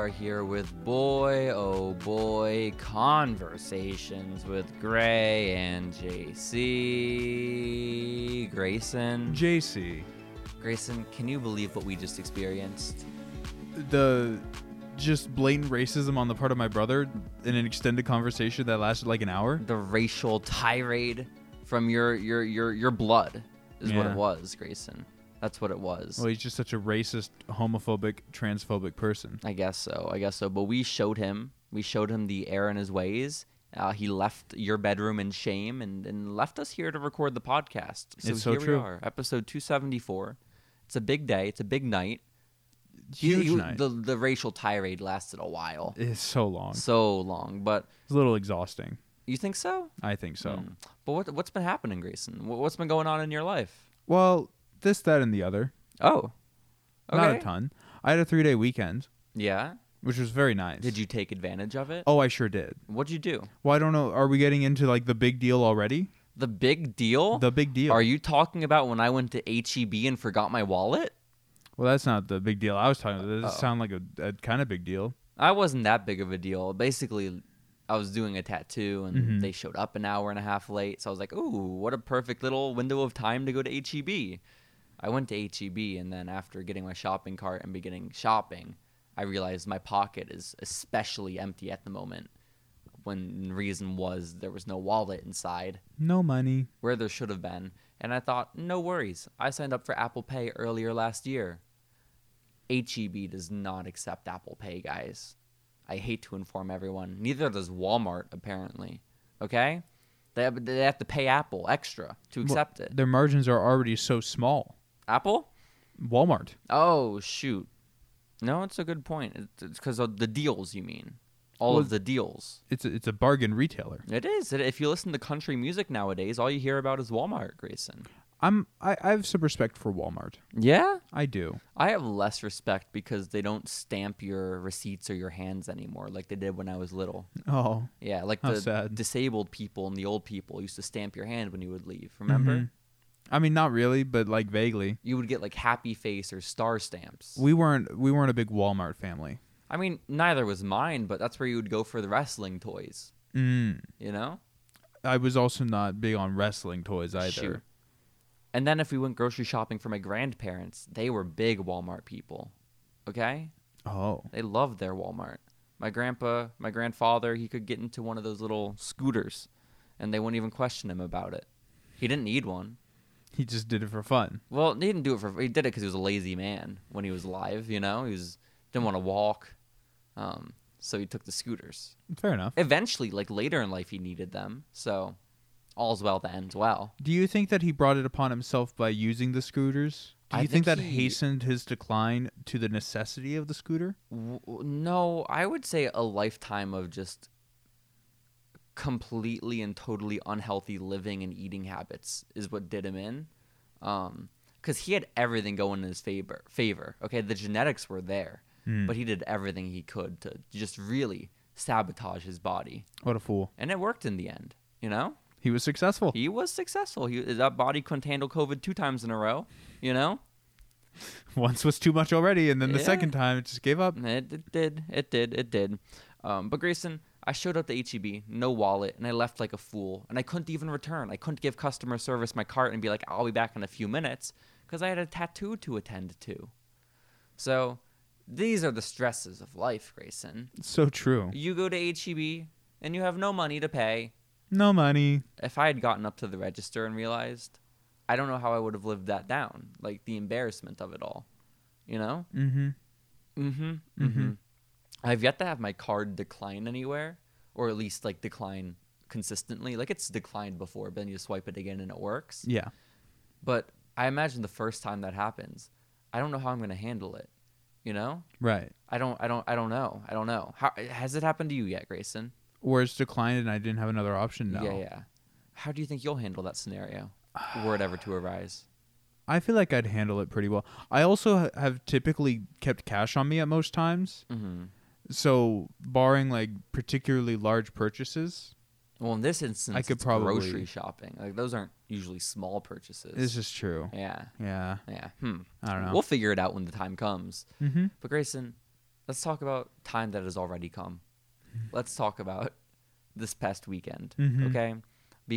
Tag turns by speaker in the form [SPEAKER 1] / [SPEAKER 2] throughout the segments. [SPEAKER 1] with boy, oh boy, conversations with Gray and JC. Grayson.
[SPEAKER 2] JC,
[SPEAKER 1] Grayson, can you believe what we just experienced?
[SPEAKER 2] the just blatant racism on the part of my brother in an extended conversation that lasted like an hour.
[SPEAKER 1] The racial tirade from your your your your blood is what
[SPEAKER 2] Yeah.
[SPEAKER 1] it was, Grayson. That's what it was.
[SPEAKER 2] Well, he's just such a racist, homophobic, transphobic person.
[SPEAKER 1] I guess so. I guess so. But we showed him. We showed him the error in his ways. Uh, he left your bedroom in shame and, and left us here to record the podcast. So
[SPEAKER 2] It's so
[SPEAKER 1] here
[SPEAKER 2] true.
[SPEAKER 1] we are, episode 274. It's a big day. It's a big night. He-
[SPEAKER 2] Huge
[SPEAKER 1] he-
[SPEAKER 2] night.
[SPEAKER 1] The, the racial tirade lasted a while.
[SPEAKER 2] it's so long. It's
[SPEAKER 1] So long. But
[SPEAKER 2] a little exhausting.
[SPEAKER 1] you think so?
[SPEAKER 2] I think so.
[SPEAKER 1] Mm. But what, what's been happening, Grayson? What, what's been going on in your life?
[SPEAKER 2] Well, this, that, and the other.
[SPEAKER 1] Oh. Okay.
[SPEAKER 2] Not a ton. I had a three-day weekend,
[SPEAKER 1] Yeah.
[SPEAKER 2] which was very nice.
[SPEAKER 1] Did you take advantage of it?
[SPEAKER 2] Oh, I sure did.
[SPEAKER 1] What'd you do?
[SPEAKER 2] Well, I don't know. Are we getting into like the big deal already?
[SPEAKER 1] The big deal?
[SPEAKER 2] The big deal.
[SPEAKER 1] Are you talking about when I went to HEB and forgot my wallet?
[SPEAKER 2] Well, that's not the big deal I was talking about. That does
[SPEAKER 1] Uh-oh.
[SPEAKER 2] sound like a, a kind of big deal.
[SPEAKER 1] I wasn't that big of a deal. Basically, I was doing a tattoo and
[SPEAKER 2] Mhm.
[SPEAKER 1] they showed up an hour and a half late. So I was like, ooh, what a perfect little window of time to go to HEB. I went to HEB and then after getting my shopping cart and beginning shopping, I realized my pocket is especially empty at the moment. When the reason was there was no wallet inside.
[SPEAKER 2] No money.
[SPEAKER 1] where there should have been, and I thought, no worries. I signed up for Apple Pay earlier last year. HEB does not accept Apple Pay, guys. I hate to inform everyone. Neither does Walmart, apparently. Okay? They have, they have to pay Apple extra to
[SPEAKER 2] Well,
[SPEAKER 1] accept it.
[SPEAKER 2] Their margins are already so small.
[SPEAKER 1] Apple?
[SPEAKER 2] Walmart.
[SPEAKER 1] Oh, shoot. No, it's a good point. It's because of the deals, you mean. All
[SPEAKER 2] Well-
[SPEAKER 1] of the deals.
[SPEAKER 2] It's a, it's a bargain retailer.
[SPEAKER 1] It is. If you listen to country music nowadays, all you hear about is Walmart, Grayson.
[SPEAKER 2] I'm I, I have some respect for Walmart.
[SPEAKER 1] Yeah?
[SPEAKER 2] I do.
[SPEAKER 1] I have less respect because they don't stamp your receipts or your hands anymore like they did when I was little.
[SPEAKER 2] Oh,
[SPEAKER 1] Yeah, like
[SPEAKER 2] How
[SPEAKER 1] the
[SPEAKER 2] sad.
[SPEAKER 1] disabled people and the old people used to stamp your hand when you would leave. Remember?
[SPEAKER 2] Mhm. I mean not really, but like vaguely.
[SPEAKER 1] You would get like happy face or star stamps.
[SPEAKER 2] We weren't we weren't a big Walmart family.
[SPEAKER 1] I mean, neither was mine, but that's where you would go for the wrestling toys,
[SPEAKER 2] Mm.
[SPEAKER 1] you know?
[SPEAKER 2] I was also not big on wrestling toys either.
[SPEAKER 1] Shoot. And then if we went grocery shopping for my grandparents, they were big Walmart people. Okay?
[SPEAKER 2] Oh,
[SPEAKER 1] They loved their Walmart. My grandpa, my grandfather, he could get into one of those little scooters and they wouldn't even question him about it. He didn't need one.
[SPEAKER 2] he just did it for fun.
[SPEAKER 1] Well, he didn't do it for he did it cuz he was a lazy man when he was alive, you know? He was didn't want to walk. Um, so he took the scooters.
[SPEAKER 2] Fair enough.
[SPEAKER 1] Eventually, like later in life he needed them. So all's well that ends well.
[SPEAKER 2] Do you think that he brought it upon himself by using the scooters? Do
[SPEAKER 1] I
[SPEAKER 2] you think,
[SPEAKER 1] think
[SPEAKER 2] that
[SPEAKER 1] he-
[SPEAKER 2] hastened his decline to the necessity of the scooter?
[SPEAKER 1] W- no, I would say a lifetime of just completely and totally unhealthy living and eating habits is what did him in. Um, because he had everything going in his favor. Favor. Okay, the genetics were there,
[SPEAKER 2] Hmm.
[SPEAKER 1] but he did everything he could to just really sabotage his body,
[SPEAKER 2] What a fool.
[SPEAKER 1] and it worked in the end. You know,
[SPEAKER 2] He was successful.
[SPEAKER 1] he was successful. He that body couldn't handle COVID two times in a row. You know,
[SPEAKER 2] Once was too much already, and then the
[SPEAKER 1] Yeah.
[SPEAKER 2] second time it just gave up.
[SPEAKER 1] It, it did. It did. It did. Um, but Grayson, I showed up to HEB, no wallet, and I left like a fool. And I couldn't even return. I couldn't give customer service my cart and be like, I'll be back in a few minutes because I had a tattoo to attend to. So these are the stresses of life, Grayson.
[SPEAKER 2] So true.
[SPEAKER 1] You go to HEB and you have no money to pay.
[SPEAKER 2] No money.
[SPEAKER 1] If I had gotten up to the register and realized, I don't know how I would have lived that down. Like the embarrassment of it all, you know?
[SPEAKER 2] Mm-hmm.
[SPEAKER 1] Mm-hmm. Mm-hmm. I've yet to have my card decline anywhere, or at least like decline consistently. Like it's declined before, but then you swipe it again and it works.
[SPEAKER 2] Yeah.
[SPEAKER 1] But I imagine the first time that happens, I don't know how I'm gonna handle it. You know?
[SPEAKER 2] Right.
[SPEAKER 1] I don't I don't I don't know. I don't know. How has it happened to you yet, Grayson?
[SPEAKER 2] Or it's declined, and I didn't have another option. No.
[SPEAKER 1] Yeah, yeah. How do you think you'll handle that scenario? Were it ever to arise.
[SPEAKER 2] I feel like I'd handle it pretty well. I also ha- have typically kept cash on me at most times,
[SPEAKER 1] Mm-hmm.
[SPEAKER 2] so barring like particularly large purchases,
[SPEAKER 1] Well, in this instance,
[SPEAKER 2] could
[SPEAKER 1] it's
[SPEAKER 2] probably-
[SPEAKER 1] grocery shopping. Like those aren't usually small purchases.
[SPEAKER 2] this is true.
[SPEAKER 1] yeah,
[SPEAKER 2] Yeah.
[SPEAKER 1] yeah. Hmm.
[SPEAKER 2] I don't know.
[SPEAKER 1] We'll figure it out when the time comes.
[SPEAKER 2] Mm-hmm.
[SPEAKER 1] But Grayson, Let's talk about time that has already come. Let's talk about this past weekend,
[SPEAKER 2] Mhm.
[SPEAKER 1] okay?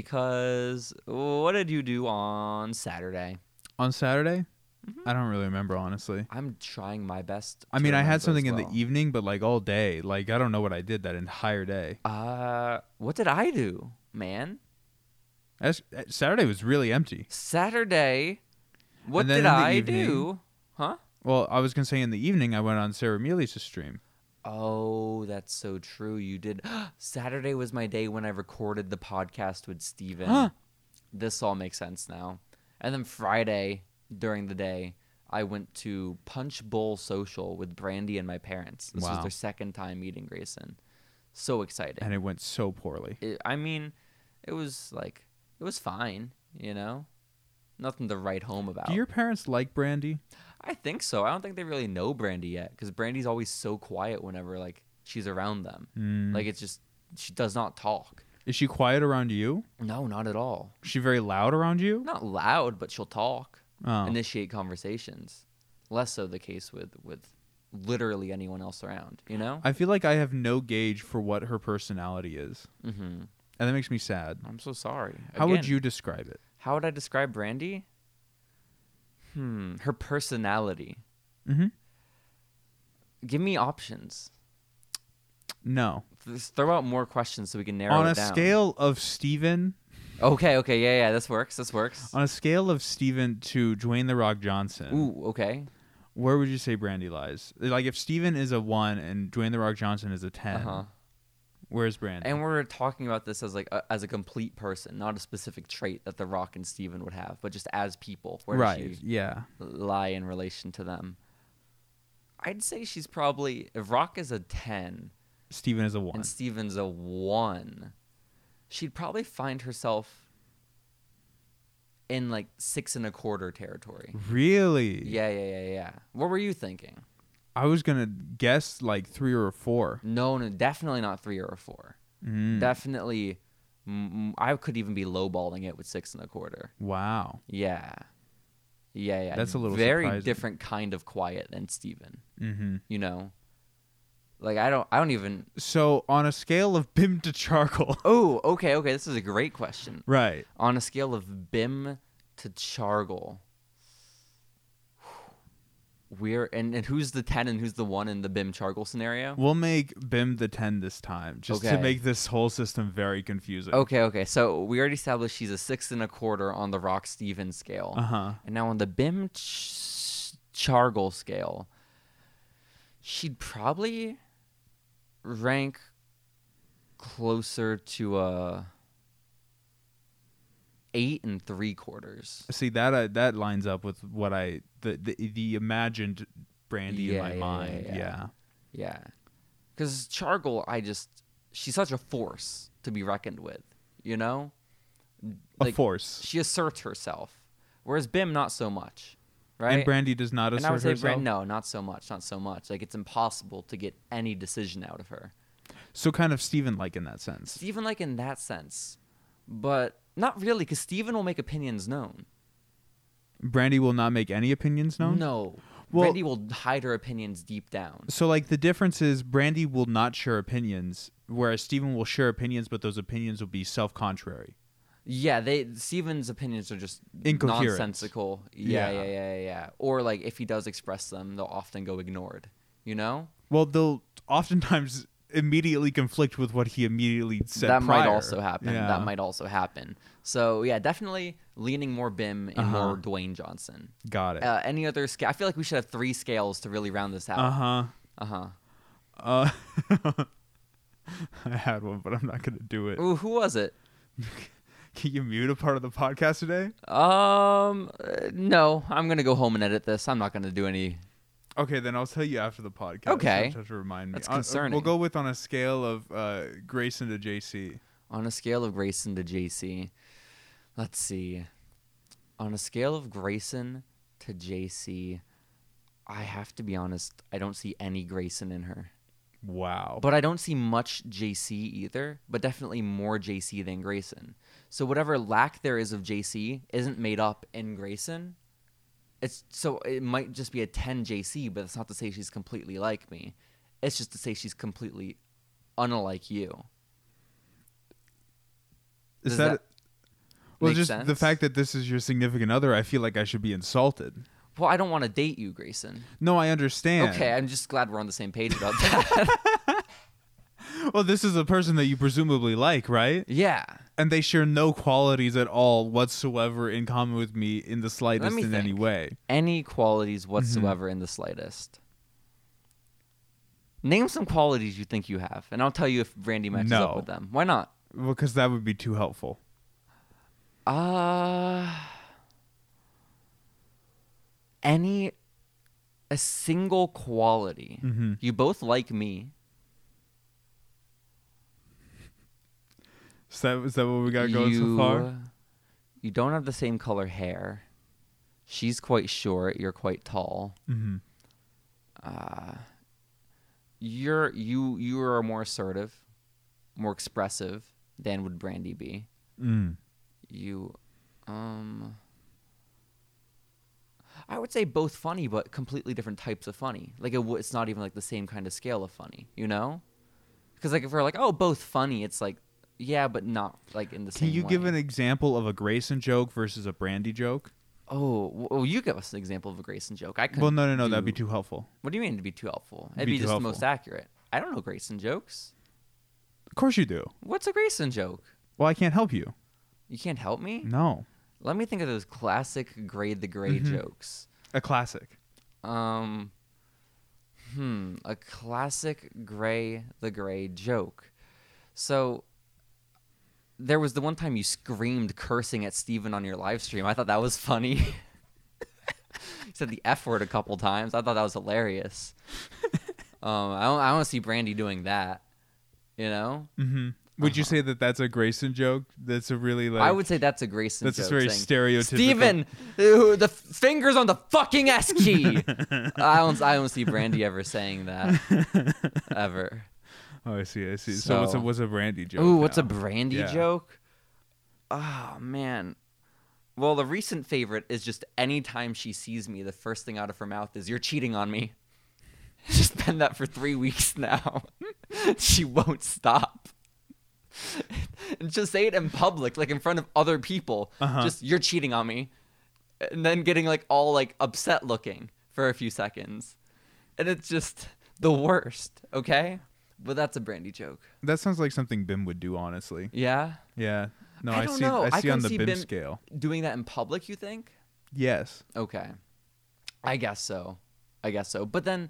[SPEAKER 1] Because what did you do on Saturday?
[SPEAKER 2] On Saturday,
[SPEAKER 1] Mm-hmm.
[SPEAKER 2] I don't really remember honestly.
[SPEAKER 1] I'm trying my best.
[SPEAKER 2] I
[SPEAKER 1] to
[SPEAKER 2] mean, I
[SPEAKER 1] remember
[SPEAKER 2] had
[SPEAKER 1] as
[SPEAKER 2] something in
[SPEAKER 1] well.
[SPEAKER 2] the e- evening, but like all day, like I don't know what I did that entire day.
[SPEAKER 1] Uh, what did I do, man?
[SPEAKER 2] That's- uh, Saturday was really empty.
[SPEAKER 1] Saturday. What
[SPEAKER 2] And then
[SPEAKER 1] did
[SPEAKER 2] in the
[SPEAKER 1] I
[SPEAKER 2] evening-
[SPEAKER 1] do? Huh?
[SPEAKER 2] Well, I was gonna say in the evening I went on Sarah Mealy's stream.
[SPEAKER 1] Oh, that's so true. You did. Saturday was my day when I recorded the podcast with Steven.
[SPEAKER 2] Huh.
[SPEAKER 1] This all makes sense now. And then Friday during the day, I went to Punch Bowl Social with Brandy and my parents. This was
[SPEAKER 2] Wow.
[SPEAKER 1] their second time meeting Grayson. So exciting.
[SPEAKER 2] and it went so poorly.
[SPEAKER 1] it, I mean, it was like it was fine, you know, nothing to write home about.
[SPEAKER 2] Do your parents like brandy?
[SPEAKER 1] I think so. I don't think they really know Brandy yet because Brandy's always so quiet whenever like she's around them.
[SPEAKER 2] Mm.
[SPEAKER 1] Like it's just she does not talk.
[SPEAKER 2] Is she quiet around you?
[SPEAKER 1] No, not at all.
[SPEAKER 2] Is she very loud around you?
[SPEAKER 1] Not loud, but she'll talk,
[SPEAKER 2] Oh.
[SPEAKER 1] initiate conversations. Less so the case with with literally anyone else around. You know.
[SPEAKER 2] I feel like I have no gauge for what her personality is,
[SPEAKER 1] mm-hmm.
[SPEAKER 2] and that makes me sad.
[SPEAKER 1] I'm so sorry.
[SPEAKER 2] How would
[SPEAKER 1] Again,
[SPEAKER 2] you describe it?
[SPEAKER 1] How would I describe Brandy? Hmm. Her personality.
[SPEAKER 2] Mm-hmm.
[SPEAKER 1] Give me options.
[SPEAKER 2] No.
[SPEAKER 1] Just throw out more questions so we can narrow
[SPEAKER 2] On
[SPEAKER 1] it
[SPEAKER 2] a
[SPEAKER 1] down.
[SPEAKER 2] scale of Steven,
[SPEAKER 1] Okay, okay, yeah, yeah, this works. This works.
[SPEAKER 2] on a scale of Steven to Dwayne the Rock Johnson,
[SPEAKER 1] Ooh, okay.
[SPEAKER 2] where would you say Brandy lies? Like if Steven is a 1 and Dwayne the Rock Johnson is a 10,
[SPEAKER 1] Uh-huh.
[SPEAKER 2] where's Brandy?
[SPEAKER 1] And we're talking about this as like a, as a complete person, not a specific trait that The Rock and Steven would have, but just as people. Where does
[SPEAKER 2] right.
[SPEAKER 1] she
[SPEAKER 2] Yeah.
[SPEAKER 1] lie in relation to them? I'd say she's probably if Rock is a ten
[SPEAKER 2] Steven is a 1.
[SPEAKER 1] and Steven's a one, she'd probably find herself in like six and a quarter territory.
[SPEAKER 2] Really?
[SPEAKER 1] Yeah, yeah, yeah, yeah. What were you thinking?
[SPEAKER 2] I was going to guess like 3 or a 4.
[SPEAKER 1] No, no, definitely not three or a four.
[SPEAKER 2] Mm.
[SPEAKER 1] Definitely, mm, I could even be lowballing it with six and a quarter.
[SPEAKER 2] Wow.
[SPEAKER 1] Yeah, yeah, yeah.
[SPEAKER 2] That's a little
[SPEAKER 1] very
[SPEAKER 2] surprising.
[SPEAKER 1] different kind of quiet than Steven,
[SPEAKER 2] Mhm.
[SPEAKER 1] You know, like I don't, I don't even.
[SPEAKER 2] So on a scale of Bim to charcoal.
[SPEAKER 1] Oh, okay, okay. This is a great question.
[SPEAKER 2] right.
[SPEAKER 1] On a scale of Bim to Chargle, we're and, and who's the ten and who's the one in the Bim Chargle scenario?
[SPEAKER 2] We'll make Bim the 10 this time just to
[SPEAKER 1] Okay. Oh.
[SPEAKER 2] make this whole system very confusing.
[SPEAKER 1] Okay, okay. So we already established she's a six and a quarter on the Rock Stevens scale.
[SPEAKER 2] Uh-huh.
[SPEAKER 1] And now on the Bim Ch- Chargle scale, she'd probably rank closer to a eight and three quarters.
[SPEAKER 2] See that uh, that lines up with what I the the, the imagined brandy in
[SPEAKER 1] Yeah,
[SPEAKER 2] my
[SPEAKER 1] yeah, yeah,
[SPEAKER 2] mind.
[SPEAKER 1] yeah. Yeah. Because Chargle, I just, she's such a force to be reckoned with, you know?
[SPEAKER 2] a
[SPEAKER 1] Like,
[SPEAKER 2] force.
[SPEAKER 1] She asserts herself, whereas Bim, not so much, right?
[SPEAKER 2] And brandy does not
[SPEAKER 1] And
[SPEAKER 2] assert
[SPEAKER 1] I would say,
[SPEAKER 2] herself.
[SPEAKER 1] Brand, no, not so much, not so much. Like it's impossible to get any decision out of her.
[SPEAKER 2] So kind of Steven like in that sense.
[SPEAKER 1] Steven, like in that sense, but not really, because Steven will make opinions known.
[SPEAKER 2] Brandy will not make any opinions known.
[SPEAKER 1] No,
[SPEAKER 2] Well-
[SPEAKER 1] Brandy will hide her opinions deep down.
[SPEAKER 2] So like the difference is brandy will not share opinions, whereas Steven will share opinions, but those opinions will be self contrary.
[SPEAKER 1] Yeah, they Steven's opinions are just
[SPEAKER 2] Incoherent.
[SPEAKER 1] nonsensical. Yeah,
[SPEAKER 2] Yeah.
[SPEAKER 1] yeah, yeah, yeah, yeah. Or like if he does express them, they'll often go ignored. You know,
[SPEAKER 2] Well, they'll oftentimes immediately conflict with what he immediately said.
[SPEAKER 1] that might
[SPEAKER 2] prior.
[SPEAKER 1] also happen.
[SPEAKER 2] Yeah.
[SPEAKER 1] That might also happen. So yeah, definitely leaning more Bim and
[SPEAKER 2] Uh-huh.
[SPEAKER 1] more Dwayne Johnson.
[SPEAKER 2] Got it.
[SPEAKER 1] uh, any other scale. I feel like we should have three scales to really round this
[SPEAKER 2] Uh
[SPEAKER 1] out.
[SPEAKER 2] huh.
[SPEAKER 1] Uh huh.
[SPEAKER 2] Uh. I had one, but I'm not gonna do it.
[SPEAKER 1] Ooh, who was it?
[SPEAKER 2] Can you mute a part of the podcast today?
[SPEAKER 1] Um, uh, no, I'm gonna go home and edit this. I'm not gonna do any.
[SPEAKER 2] Okay, then I'll tell you after the podcast.
[SPEAKER 1] Okay.
[SPEAKER 2] You just have to remind me.
[SPEAKER 1] That's
[SPEAKER 2] On-
[SPEAKER 1] concerning.
[SPEAKER 2] We'll go with on a scale of uh, Grayson to JC.
[SPEAKER 1] On a scale of Grayson to JC, let's see. On a scale of Grayson to JC, I have to be honest. I don't see any Grayson in her,
[SPEAKER 2] Wow.
[SPEAKER 1] but I don't see much JC either. But definitely more JC than Grayson. So whatever lack there is of JC isn't made up in Grayson. it's so it might just be a 10 JC, but it's not to say she's completely like me. It's just to say she's completely unlike you. Does
[SPEAKER 2] Is that,
[SPEAKER 1] that
[SPEAKER 2] well
[SPEAKER 1] make
[SPEAKER 2] just the
[SPEAKER 1] sense?
[SPEAKER 2] fact that this is your significant other, I feel like I should be insulted.
[SPEAKER 1] Well, I don't want to date you, Grayson.
[SPEAKER 2] No, I understand.
[SPEAKER 1] Okay, I'm just glad we're on the same page about that.
[SPEAKER 2] Well, this is a person that you presumably like, right?
[SPEAKER 1] yeah.
[SPEAKER 2] And they share no qualities at all whatsoever in common with me in the slightest
[SPEAKER 1] me
[SPEAKER 2] in any
[SPEAKER 1] think.
[SPEAKER 2] way.
[SPEAKER 1] Any qualities
[SPEAKER 2] Mm-hmm.
[SPEAKER 1] whatsoever in the slightest. Name some qualities you think you have, and I'll tell you if Randy matches
[SPEAKER 2] No.
[SPEAKER 1] up with them. Why not?
[SPEAKER 2] Because that would be too helpful.
[SPEAKER 1] Uh any a single quality.
[SPEAKER 2] Mhm.
[SPEAKER 1] You both like me.
[SPEAKER 2] Is that, is that what we got going so
[SPEAKER 1] You-
[SPEAKER 2] far?
[SPEAKER 1] You don't have the same color hair. She's quite short, you're quite tall.
[SPEAKER 2] Mm-hmm.
[SPEAKER 1] Uh you're you you are more assertive, more expressive than would Brandy be.
[SPEAKER 2] Mm.
[SPEAKER 1] You um I would say both funny, but completely different types of funny. Like it, w- it's not even like the same kind of scale of funny, you know? Because like if we're like, oh, both funny, it's like, yeah, but not like in the
[SPEAKER 2] Can
[SPEAKER 1] same.
[SPEAKER 2] you give
[SPEAKER 1] way.
[SPEAKER 2] an example of a Grayson joke versus a Brandy joke?
[SPEAKER 1] Oh, w- oh, you give us an example of a Grayson joke. I could.
[SPEAKER 2] Well, no, no, no. That'd be too helpful.
[SPEAKER 1] What do you mean to be too helpful?
[SPEAKER 2] Be
[SPEAKER 1] It'd be,
[SPEAKER 2] too
[SPEAKER 1] just
[SPEAKER 2] helpful.
[SPEAKER 1] the most accurate. I don't know Grayson jokes.
[SPEAKER 2] Of course you do.
[SPEAKER 1] What's a Grayson joke?
[SPEAKER 2] Well, I can't help you.
[SPEAKER 1] You can't help me.
[SPEAKER 2] No.
[SPEAKER 1] Let me think of those classic grade the gray
[SPEAKER 2] Mhm.
[SPEAKER 1] jokes.
[SPEAKER 2] A classic.
[SPEAKER 1] Um, hmm, a classic Gray the Gray joke. So there was the one time you screamed cursing at Steven on your live stream. I thought that was funny. you said the F word a couple times. I thought that was hilarious. um, I don't, I don't see Brandy doing that. You know,
[SPEAKER 2] Mm-hmm. Would you say that that's a Grayson joke? That's a really like.
[SPEAKER 1] Uh-huh. I would say that's a Grayson.
[SPEAKER 2] That's
[SPEAKER 1] joke
[SPEAKER 2] just very
[SPEAKER 1] saying,
[SPEAKER 2] stereotypical.
[SPEAKER 1] Steven, uh, the f- fingers on the fucking S key. I don't, I don't see Brandy ever saying that ever.
[SPEAKER 2] Oh, I see. I see. So, what's a
[SPEAKER 1] So-
[SPEAKER 2] what's a Brandy joke?
[SPEAKER 1] Ooh, what's a
[SPEAKER 2] now?
[SPEAKER 1] Brandy
[SPEAKER 2] Yeah.
[SPEAKER 1] joke? Oh man. Well, the recent favorite is just anytime she sees me, the first thing out of her mouth is "You're cheating on me." She's been that for three weeks now. she won't stop. and just say it in public, like in front of other people.
[SPEAKER 2] Uh-huh.
[SPEAKER 1] Just "You're cheating on me," and then getting like all like upset looking for a few seconds, and it's just the worst. Okay, but that's a Brandy joke.
[SPEAKER 2] That sounds like something Bim would do, honestly.
[SPEAKER 1] Yeah.
[SPEAKER 2] Yeah. No,
[SPEAKER 1] I
[SPEAKER 2] I,
[SPEAKER 1] don't
[SPEAKER 2] see.
[SPEAKER 1] know.
[SPEAKER 2] I
[SPEAKER 1] I
[SPEAKER 2] see on
[SPEAKER 1] can
[SPEAKER 2] the
[SPEAKER 1] see
[SPEAKER 2] Bim,
[SPEAKER 1] Bim-
[SPEAKER 2] scale.
[SPEAKER 1] doing that in public, you think?
[SPEAKER 2] Yes.
[SPEAKER 1] Okay. I guess so. I guess so. But then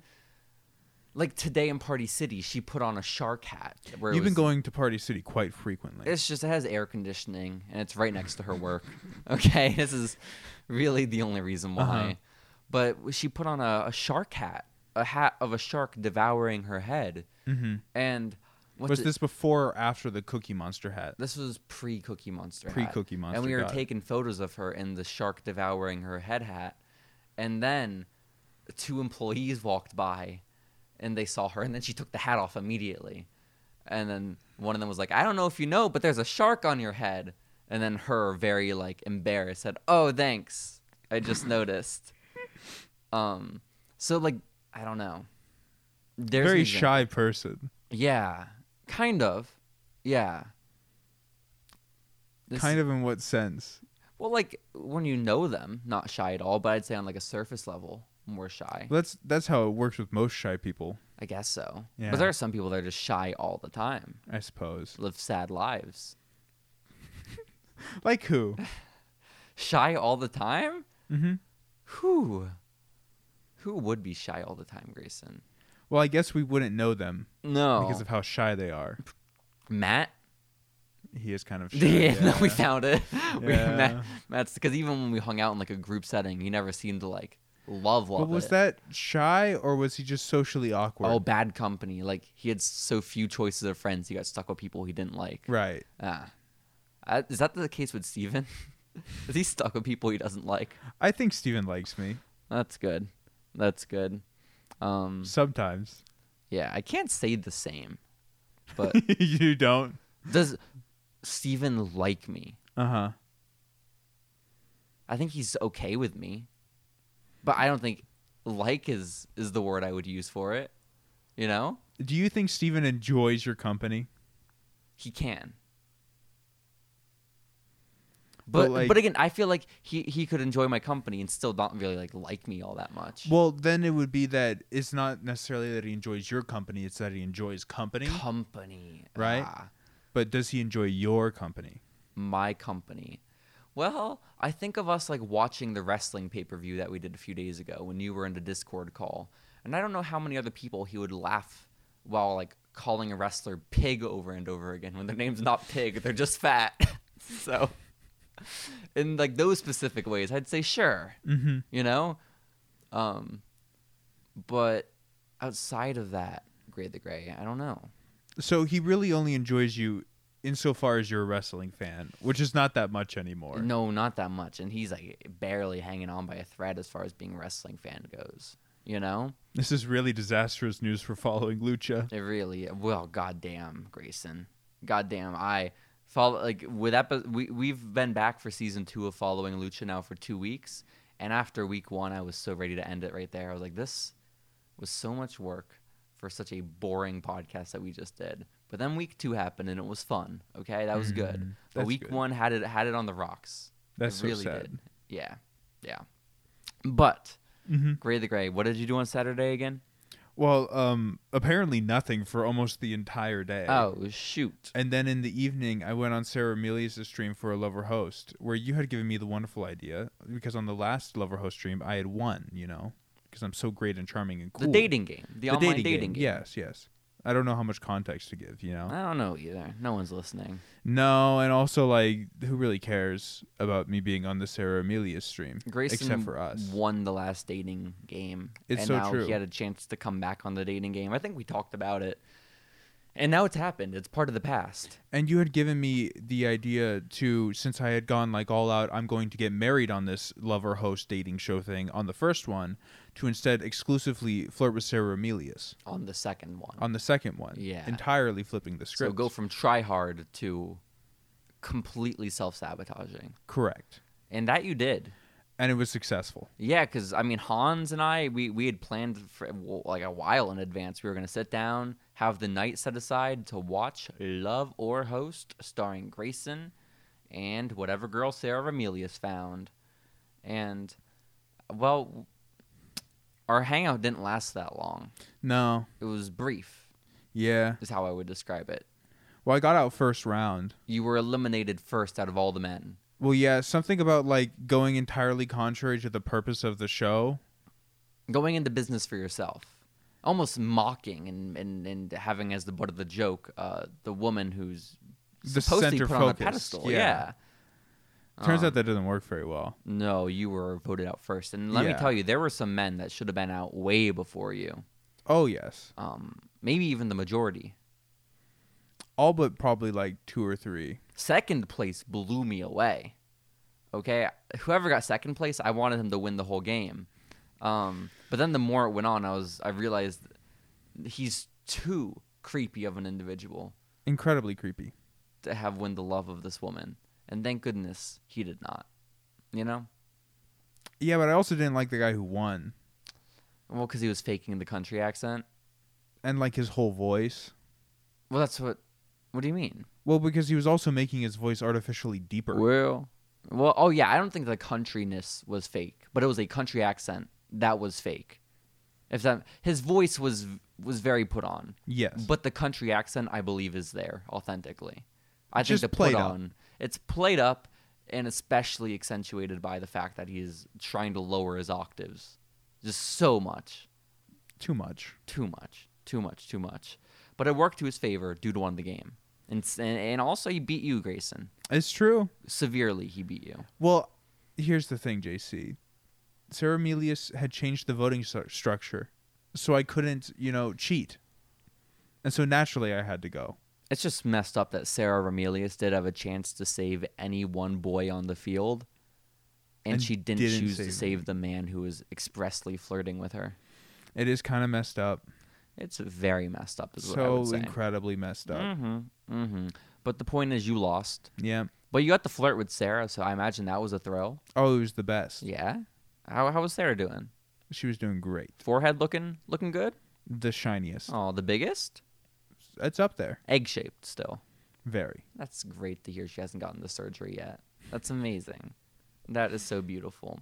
[SPEAKER 1] like today in Party City, she put on a shark hat. Where it
[SPEAKER 2] You've been
[SPEAKER 1] was-
[SPEAKER 2] going to Party City quite frequently.
[SPEAKER 1] It's just it has air conditioning and it's right next to her work. Okay, this is really the only reason why.
[SPEAKER 2] Uh-huh.
[SPEAKER 1] But she put on a, a shark hat, a hat of a shark devouring her head.
[SPEAKER 2] Mhm.
[SPEAKER 1] And what's
[SPEAKER 2] was
[SPEAKER 1] it-
[SPEAKER 2] this before or after the Cookie Monster hat?
[SPEAKER 1] This was pre Cookie Monster. hat.
[SPEAKER 2] Pre-Cookie
[SPEAKER 1] And we
[SPEAKER 2] Monster,
[SPEAKER 1] were
[SPEAKER 2] got it.
[SPEAKER 1] taking photos of her in the shark devouring her head hat, and then two employees walked by, and they saw her, and then she took the hat off immediately, and then one of them was like, "I don't know if you know, but there's a shark on your head," and then her very like embarrassed said, "Oh, thanks, I just noticed." Um, so like I don't know. There's an
[SPEAKER 2] Very
[SPEAKER 1] example.
[SPEAKER 2] shy person.
[SPEAKER 1] Yeah, kind of. Yeah. This-
[SPEAKER 2] Kind of in what sense?
[SPEAKER 1] Well, like when you know them, not shy at all, but I'd say on like a surface level, more shy.
[SPEAKER 2] Well, that's that's how it works with most shy people,
[SPEAKER 1] I guess so.
[SPEAKER 2] Yeah.
[SPEAKER 1] But there are some people that are just shy all the time,
[SPEAKER 2] I suppose.
[SPEAKER 1] live sad lives.
[SPEAKER 2] Like who?
[SPEAKER 1] Shy all the time?
[SPEAKER 2] mm-hmm.
[SPEAKER 1] Who? Who would be shy all the time, Grayson?
[SPEAKER 2] Well, I guess we wouldn't know them
[SPEAKER 1] No.
[SPEAKER 2] because of how shy they are.
[SPEAKER 1] Matt?
[SPEAKER 2] He is kind of shy.
[SPEAKER 1] Yeah, no, we found it. We,
[SPEAKER 2] Yeah.
[SPEAKER 1] Matt, Matt's because even when we hung out in like a group setting, he never seemed to like love love
[SPEAKER 2] But was
[SPEAKER 1] it.
[SPEAKER 2] that shy or was he just socially awkward?
[SPEAKER 1] Oh, bad company. Like he had so few choices of friends, he got stuck with people he didn't like.
[SPEAKER 2] right.
[SPEAKER 1] Ah. Uh, is that the case with Steven? is he stuck with people he doesn't like?
[SPEAKER 2] I think Steven likes me
[SPEAKER 1] That's good. That's good. Um,
[SPEAKER 2] sometimes.
[SPEAKER 1] yeah, I can't say the same. But
[SPEAKER 2] you don't.
[SPEAKER 1] does Steven like me?
[SPEAKER 2] Uh huh.
[SPEAKER 1] I think he's okay with me. But I don't think like is is the word I would use for it. You know?
[SPEAKER 2] Do you think Steven enjoys your company?
[SPEAKER 1] He can.
[SPEAKER 2] But,
[SPEAKER 1] But
[SPEAKER 2] like-
[SPEAKER 1] but again, I feel like he, he could enjoy my company and still not really like like me all that much.
[SPEAKER 2] Well, then it would be that it's not necessarily that he enjoys your company, it's that he enjoys company.
[SPEAKER 1] company,
[SPEAKER 2] Right?
[SPEAKER 1] Ah,
[SPEAKER 2] But does he enjoy your company?
[SPEAKER 1] my company. Well, I think of us like watching the wrestling pay per view that we did a few days ago when you were in the Discord call, and I don't know how many other people he would laugh while like calling a wrestler pig over and over again when their name's not pig, they're just fat. so, in like those specific ways, I'd say sure.
[SPEAKER 2] Mm-hmm.
[SPEAKER 1] you know um but outside of that gray the gray i don't know
[SPEAKER 2] So he really only enjoys you insofar as you're a wrestling fan, which is not that much anymore.
[SPEAKER 1] no not that much and he's like barely hanging on by a thread as far as being a wrestling fan goes you know
[SPEAKER 2] This is really disastrous news for following Lucha.
[SPEAKER 1] it really well goddamn grayson goddamn i follow like with epi- we, we've been back for season two of following lucha now for two weeks and after week one i was so ready to end it right there i was like this was so much work for such a boring podcast that we just did. But then week two happened and it was fun. Okay, that was good.
[SPEAKER 2] Mm,
[SPEAKER 1] But
[SPEAKER 2] that's
[SPEAKER 1] week
[SPEAKER 2] good.
[SPEAKER 1] one had it had it on the rocks.
[SPEAKER 2] That's
[SPEAKER 1] it
[SPEAKER 2] so
[SPEAKER 1] really
[SPEAKER 2] sad.
[SPEAKER 1] did. Yeah, yeah. But
[SPEAKER 2] Mm-hmm.
[SPEAKER 1] Gray the Gray, what did you do on Saturday again?
[SPEAKER 2] Well, um, apparently nothing for almost the entire day.
[SPEAKER 1] Oh shoot!
[SPEAKER 2] And then in the evening, I went on Sarah Amelia's stream for a lover host, where you had given me the wonderful idea because on the last lover host stream, I had won, you know, because I'm so great and charming and cool.
[SPEAKER 1] The dating game, the, online dating, game. Uh.
[SPEAKER 2] Yes, yes. I don't know how much context to give, you know.
[SPEAKER 1] I don't know either. No one's listening.
[SPEAKER 2] No, and also like, who really cares about me being on the Sarah Amelia stream?
[SPEAKER 1] Grayson
[SPEAKER 2] except for us.
[SPEAKER 1] won the last dating game.
[SPEAKER 2] It's
[SPEAKER 1] and
[SPEAKER 2] so
[SPEAKER 1] now
[SPEAKER 2] true.
[SPEAKER 1] he had a chance to come back on the dating game. I think we talked about it. And now it's happened. It's part of the past.
[SPEAKER 2] And you had given me the idea to, since I had gone like all out, I'm going to get married on this lover host dating show thing on the first one, to instead exclusively flirt with Sarah Amelius
[SPEAKER 1] on the second one.
[SPEAKER 2] on the second one.
[SPEAKER 1] Yeah.
[SPEAKER 2] Entirely flipping the
[SPEAKER 1] so
[SPEAKER 2] script.
[SPEAKER 1] go from try hard to completely self sabotaging.
[SPEAKER 2] Correct.
[SPEAKER 1] And that you did.
[SPEAKER 2] And it was successful.
[SPEAKER 1] Yeah, because I mean, Hans and I, we, we had planned for well, like a while in advance. We were going to sit down, have the night set aside to watch Love or Host, starring Grayson and whatever girl Sarah Amelia's found. And, well, our hangout didn't last that long.
[SPEAKER 2] No.
[SPEAKER 1] It was brief,
[SPEAKER 2] Yeah.
[SPEAKER 1] is how I would describe it.
[SPEAKER 2] Well, I got out first round.
[SPEAKER 1] You were eliminated first out of all the men.
[SPEAKER 2] Well, yeah, something about like going entirely contrary to the purpose of the show.
[SPEAKER 1] going into business for yourself, almost mocking and, and, and having as the butt of the joke uh, the woman who's
[SPEAKER 2] The
[SPEAKER 1] supposed to be
[SPEAKER 2] center
[SPEAKER 1] put on a
[SPEAKER 2] focus,
[SPEAKER 1] pedestal.
[SPEAKER 2] yeah.
[SPEAKER 1] Yeah.
[SPEAKER 2] Turns
[SPEAKER 1] Um,
[SPEAKER 2] out that doesn't work very well.
[SPEAKER 1] No, you were voted out first, and let
[SPEAKER 2] Yeah.
[SPEAKER 1] me tell you, there were some men that should have been out way before you.
[SPEAKER 2] Oh, yes.
[SPEAKER 1] Um, maybe even the majority.
[SPEAKER 2] All but probably like two or three.
[SPEAKER 1] Second place blew me away. Okay, whoever got second place, I wanted him to win the whole game. Um, but then the more it went on, I was I realized he's too creepy of an individual.
[SPEAKER 2] Incredibly creepy.
[SPEAKER 1] to have win the love of this woman. And thank goodness he did not. You know?
[SPEAKER 2] Yeah, but I also didn't like the guy who won
[SPEAKER 1] Well, because he was faking the country accent.
[SPEAKER 2] and like his whole voice.
[SPEAKER 1] Well, that's what. What do you mean?
[SPEAKER 2] Well, because he was also making his voice artificially deeper.
[SPEAKER 1] Well, well, oh yeah, I don't think the countryness was fake, but it was a country accent that was fake. If that his voice was was very put on,
[SPEAKER 2] yes. But
[SPEAKER 1] but the country accent I believe is there authentically. I
[SPEAKER 2] Just
[SPEAKER 1] think the
[SPEAKER 2] played
[SPEAKER 1] put
[SPEAKER 2] up.
[SPEAKER 1] on it's played up and especially accentuated by the fact that he is trying to lower his octaves just so much.
[SPEAKER 2] too much.
[SPEAKER 1] too much, too much, too much. But it worked to his favor. Dude won the game, and s- and, and also he beat you, Grayson.
[SPEAKER 2] It's true.
[SPEAKER 1] Severely, he beat you.
[SPEAKER 2] Well, here's the thing, JC. Sarah Melius had changed the voting stru- structure, so I couldn't, you know, cheat. And so naturally I had to go.
[SPEAKER 1] It's just messed up that Sarah Ramelius did have a chance to save any one boy on the field, and,
[SPEAKER 2] And
[SPEAKER 1] she didn't,
[SPEAKER 2] didn't
[SPEAKER 1] choose
[SPEAKER 2] save
[SPEAKER 1] to
[SPEAKER 2] him.
[SPEAKER 1] save the man who was expressly flirting with her.
[SPEAKER 2] It is kind of messed up.
[SPEAKER 1] It's very messed up, is what I
[SPEAKER 2] so
[SPEAKER 1] would say.
[SPEAKER 2] incredibly messed up.
[SPEAKER 1] Mm-hmm. Mm-hmm. But the point is, you lost.
[SPEAKER 2] Yeah.
[SPEAKER 1] But you got to flirt with Sarah, so I imagine that was a thrill.
[SPEAKER 2] Oh, it was the best.
[SPEAKER 1] Yeah. How how was Sarah doing?
[SPEAKER 2] She was doing great.
[SPEAKER 1] Forehead looking looking good.
[SPEAKER 2] the shiniest.
[SPEAKER 1] Oh, the biggest?
[SPEAKER 2] It's up there.
[SPEAKER 1] Egg shaped still.
[SPEAKER 2] Very.
[SPEAKER 1] That's great to hear she hasn't gotten the surgery yet. That's amazing. That is so beautiful.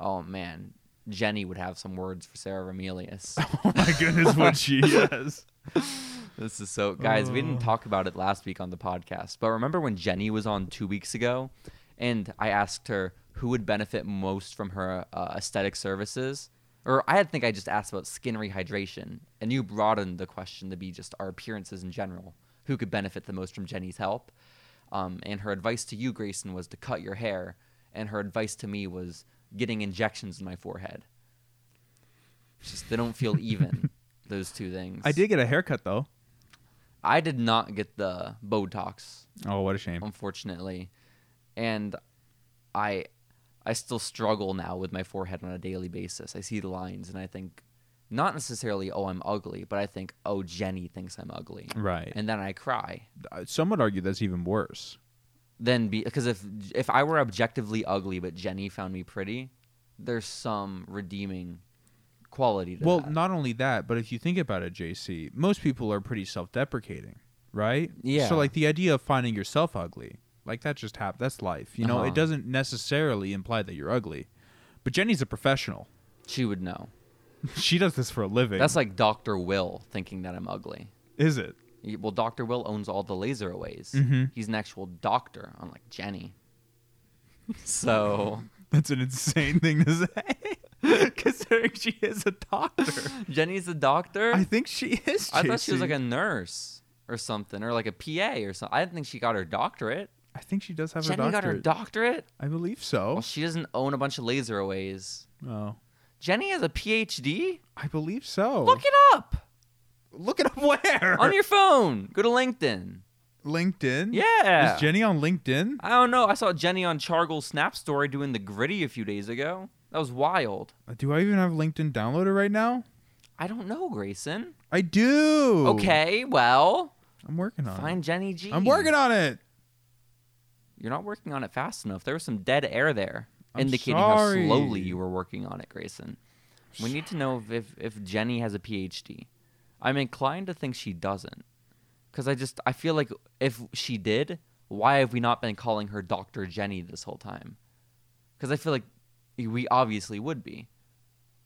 [SPEAKER 1] Oh man. Jenny would have some words for Sarah Remelius.
[SPEAKER 2] Oh my goodness, what she has.
[SPEAKER 1] This is so guys, we didn't talk about it last week on the podcast, but remember when Jenny was on 2 weeks ago and I asked her who would benefit most from her uh, aesthetic services? Or I think I just asked about skin rehydration and you broadened the question to be just our appearances in general. Who could benefit the most from Jenny's help? Um, and her advice to you, Grayson, was to cut your hair, and her advice to me was getting injections in my forehead. It's Just they don't feel even. those two things.
[SPEAKER 2] I did get a haircut though.
[SPEAKER 1] I did not get the Botox,
[SPEAKER 2] Oh, what a shame.
[SPEAKER 1] unfortunately, and I I still struggle now with my forehead on a daily basis. I see the lines and I think not necessarily oh I'm ugly, but I think oh Jenny thinks I'm ugly,
[SPEAKER 2] Right.
[SPEAKER 1] and then I cry.
[SPEAKER 2] Uh, Some would argue that's even worse.
[SPEAKER 1] Then because if if I were objectively ugly but Jenny found me pretty, there's some redeeming quality to
[SPEAKER 2] Well,
[SPEAKER 1] that.
[SPEAKER 2] not only that, but if you think about it, JC, most people are pretty self-deprecating, right?
[SPEAKER 1] Yeah.
[SPEAKER 2] So like the idea of finding yourself ugly, like that just hap That's life. You know,
[SPEAKER 1] Uh-huh.
[SPEAKER 2] it doesn't necessarily imply that you're ugly. But Jenny's a professional.
[SPEAKER 1] she would know.
[SPEAKER 2] she does this for a living.
[SPEAKER 1] That's like Doctor Will thinking that I'm ugly.
[SPEAKER 2] is it?
[SPEAKER 1] Y- Well, Dr. Will owns all the laser aways.
[SPEAKER 2] Mhm.
[SPEAKER 1] He's an actual doctor, unlike Jenny. So
[SPEAKER 2] That's an insane thing to say. Considering she is a doctor.
[SPEAKER 1] Jenny's a doctor.
[SPEAKER 2] I think she is.
[SPEAKER 1] I thought she was
[SPEAKER 2] JC.
[SPEAKER 1] like a nurse or something, or like a PA or something. I didn't think she got her doctorate.
[SPEAKER 2] I think she does have
[SPEAKER 1] Jenny
[SPEAKER 2] a doctorate. Oh.
[SPEAKER 1] got her doctorate.
[SPEAKER 2] I believe so.
[SPEAKER 1] Well, she doesn't own a bunch of laser aways.
[SPEAKER 2] Oh,
[SPEAKER 1] Jenny has a PhD.
[SPEAKER 2] I believe so.
[SPEAKER 1] Look it up
[SPEAKER 2] look it up where
[SPEAKER 1] on your phone. Go to LinkedIn.
[SPEAKER 2] LinkedIn.
[SPEAKER 1] Yeah.
[SPEAKER 2] Hmm. is Jenny on LinkedIn?
[SPEAKER 1] I don't know. I saw Jenny on Chargle's Snap Story doing the gritty a few days ago. That was wild.
[SPEAKER 2] Do I even have LinkedIn downloaded right now?
[SPEAKER 1] I don't know, Grayson.
[SPEAKER 2] I do.
[SPEAKER 1] Okay, well,
[SPEAKER 2] I'm working on
[SPEAKER 1] find Jenny G.
[SPEAKER 2] it. Uh-huh. I'm working on it.
[SPEAKER 1] You're not working on it fast enough. There was some dead air there,
[SPEAKER 2] I'm
[SPEAKER 1] indicating
[SPEAKER 2] sorry.
[SPEAKER 1] how slowly you were working on it, Grayson. We need to know if, if, if Jenny has a PhD. I'm inclined to think she doesn't, because I just I feel like if she did, why have we not been calling her Doctor Jenny this whole time? Because I feel like we obviously would be,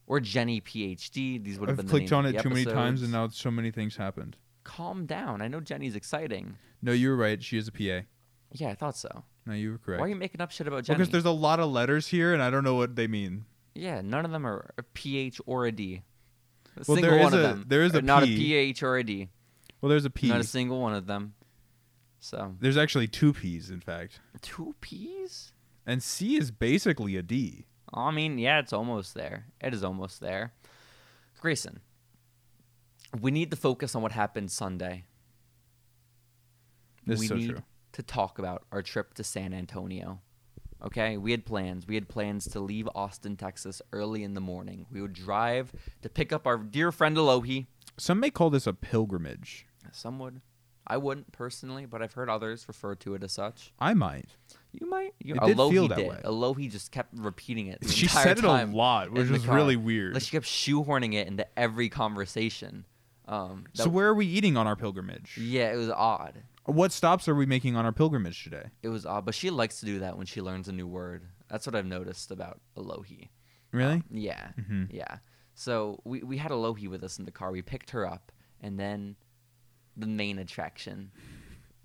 [SPEAKER 1] or Jenny PhD. These would have been
[SPEAKER 2] I've
[SPEAKER 1] the
[SPEAKER 2] clicked
[SPEAKER 1] names
[SPEAKER 2] on
[SPEAKER 1] of
[SPEAKER 2] it
[SPEAKER 1] the
[SPEAKER 2] too many times,
[SPEAKER 1] episodes.
[SPEAKER 2] and now so many things happened.
[SPEAKER 1] calm down. I know Jenny's exciting.
[SPEAKER 2] No, you were right. She is a PA.
[SPEAKER 1] Yeah, I thought so.
[SPEAKER 2] No, you were correct.
[SPEAKER 1] Why are you making up shit about Jenny?
[SPEAKER 2] because there's a lot of letters here, and I don't know what they mean.
[SPEAKER 1] yeah, none of them are a PH or a D. A
[SPEAKER 2] Well,
[SPEAKER 1] single
[SPEAKER 2] there
[SPEAKER 1] one
[SPEAKER 2] is
[SPEAKER 1] of
[SPEAKER 2] a-
[SPEAKER 1] them.
[SPEAKER 2] there is a
[SPEAKER 1] are not
[SPEAKER 2] P.
[SPEAKER 1] a PH or a D.
[SPEAKER 2] Well, there's a P.
[SPEAKER 1] Not a single one of them. So
[SPEAKER 2] There's actually two P's, in fact.
[SPEAKER 1] two P's.
[SPEAKER 2] And C is basically a D.
[SPEAKER 1] I mean, yeah, it's almost there. It is almost there. Grayson, we need to focus on what happened Sunday.
[SPEAKER 2] This
[SPEAKER 1] we
[SPEAKER 2] is so
[SPEAKER 1] need
[SPEAKER 2] true.
[SPEAKER 1] to talk about our trip to San Antonio. Okay, we had plans. We had plans to leave Austin, Texas early in the morning. We would drive to pick up our dear friend Alohi.
[SPEAKER 2] Some may call this a pilgrimage.
[SPEAKER 1] Some would. I wouldn't personally, but I've heard others refer to it as such.
[SPEAKER 2] I might.
[SPEAKER 1] You might. You,
[SPEAKER 2] It did
[SPEAKER 1] Alohi
[SPEAKER 2] feel that
[SPEAKER 1] did.
[SPEAKER 2] way.
[SPEAKER 1] Alohi just kept repeating it. The
[SPEAKER 2] She
[SPEAKER 1] entire
[SPEAKER 2] said it a
[SPEAKER 1] time
[SPEAKER 2] lot, which
[SPEAKER 1] in the
[SPEAKER 2] was
[SPEAKER 1] car.
[SPEAKER 2] really weird.
[SPEAKER 1] Like she kept shoehorning it into every conversation. Um, that-
[SPEAKER 2] So where are we eating on our pilgrimage?
[SPEAKER 1] yeah, it was odd.
[SPEAKER 2] What stops are we making on our pilgrimage today?
[SPEAKER 1] It was odd, but she likes to do that when she learns a new word. That's what I've noticed about Alohi.
[SPEAKER 2] Really?
[SPEAKER 1] Yeah,
[SPEAKER 2] Mhm.
[SPEAKER 1] yeah. So we we had Alohi with us in the car. We picked her up, and then the main attraction.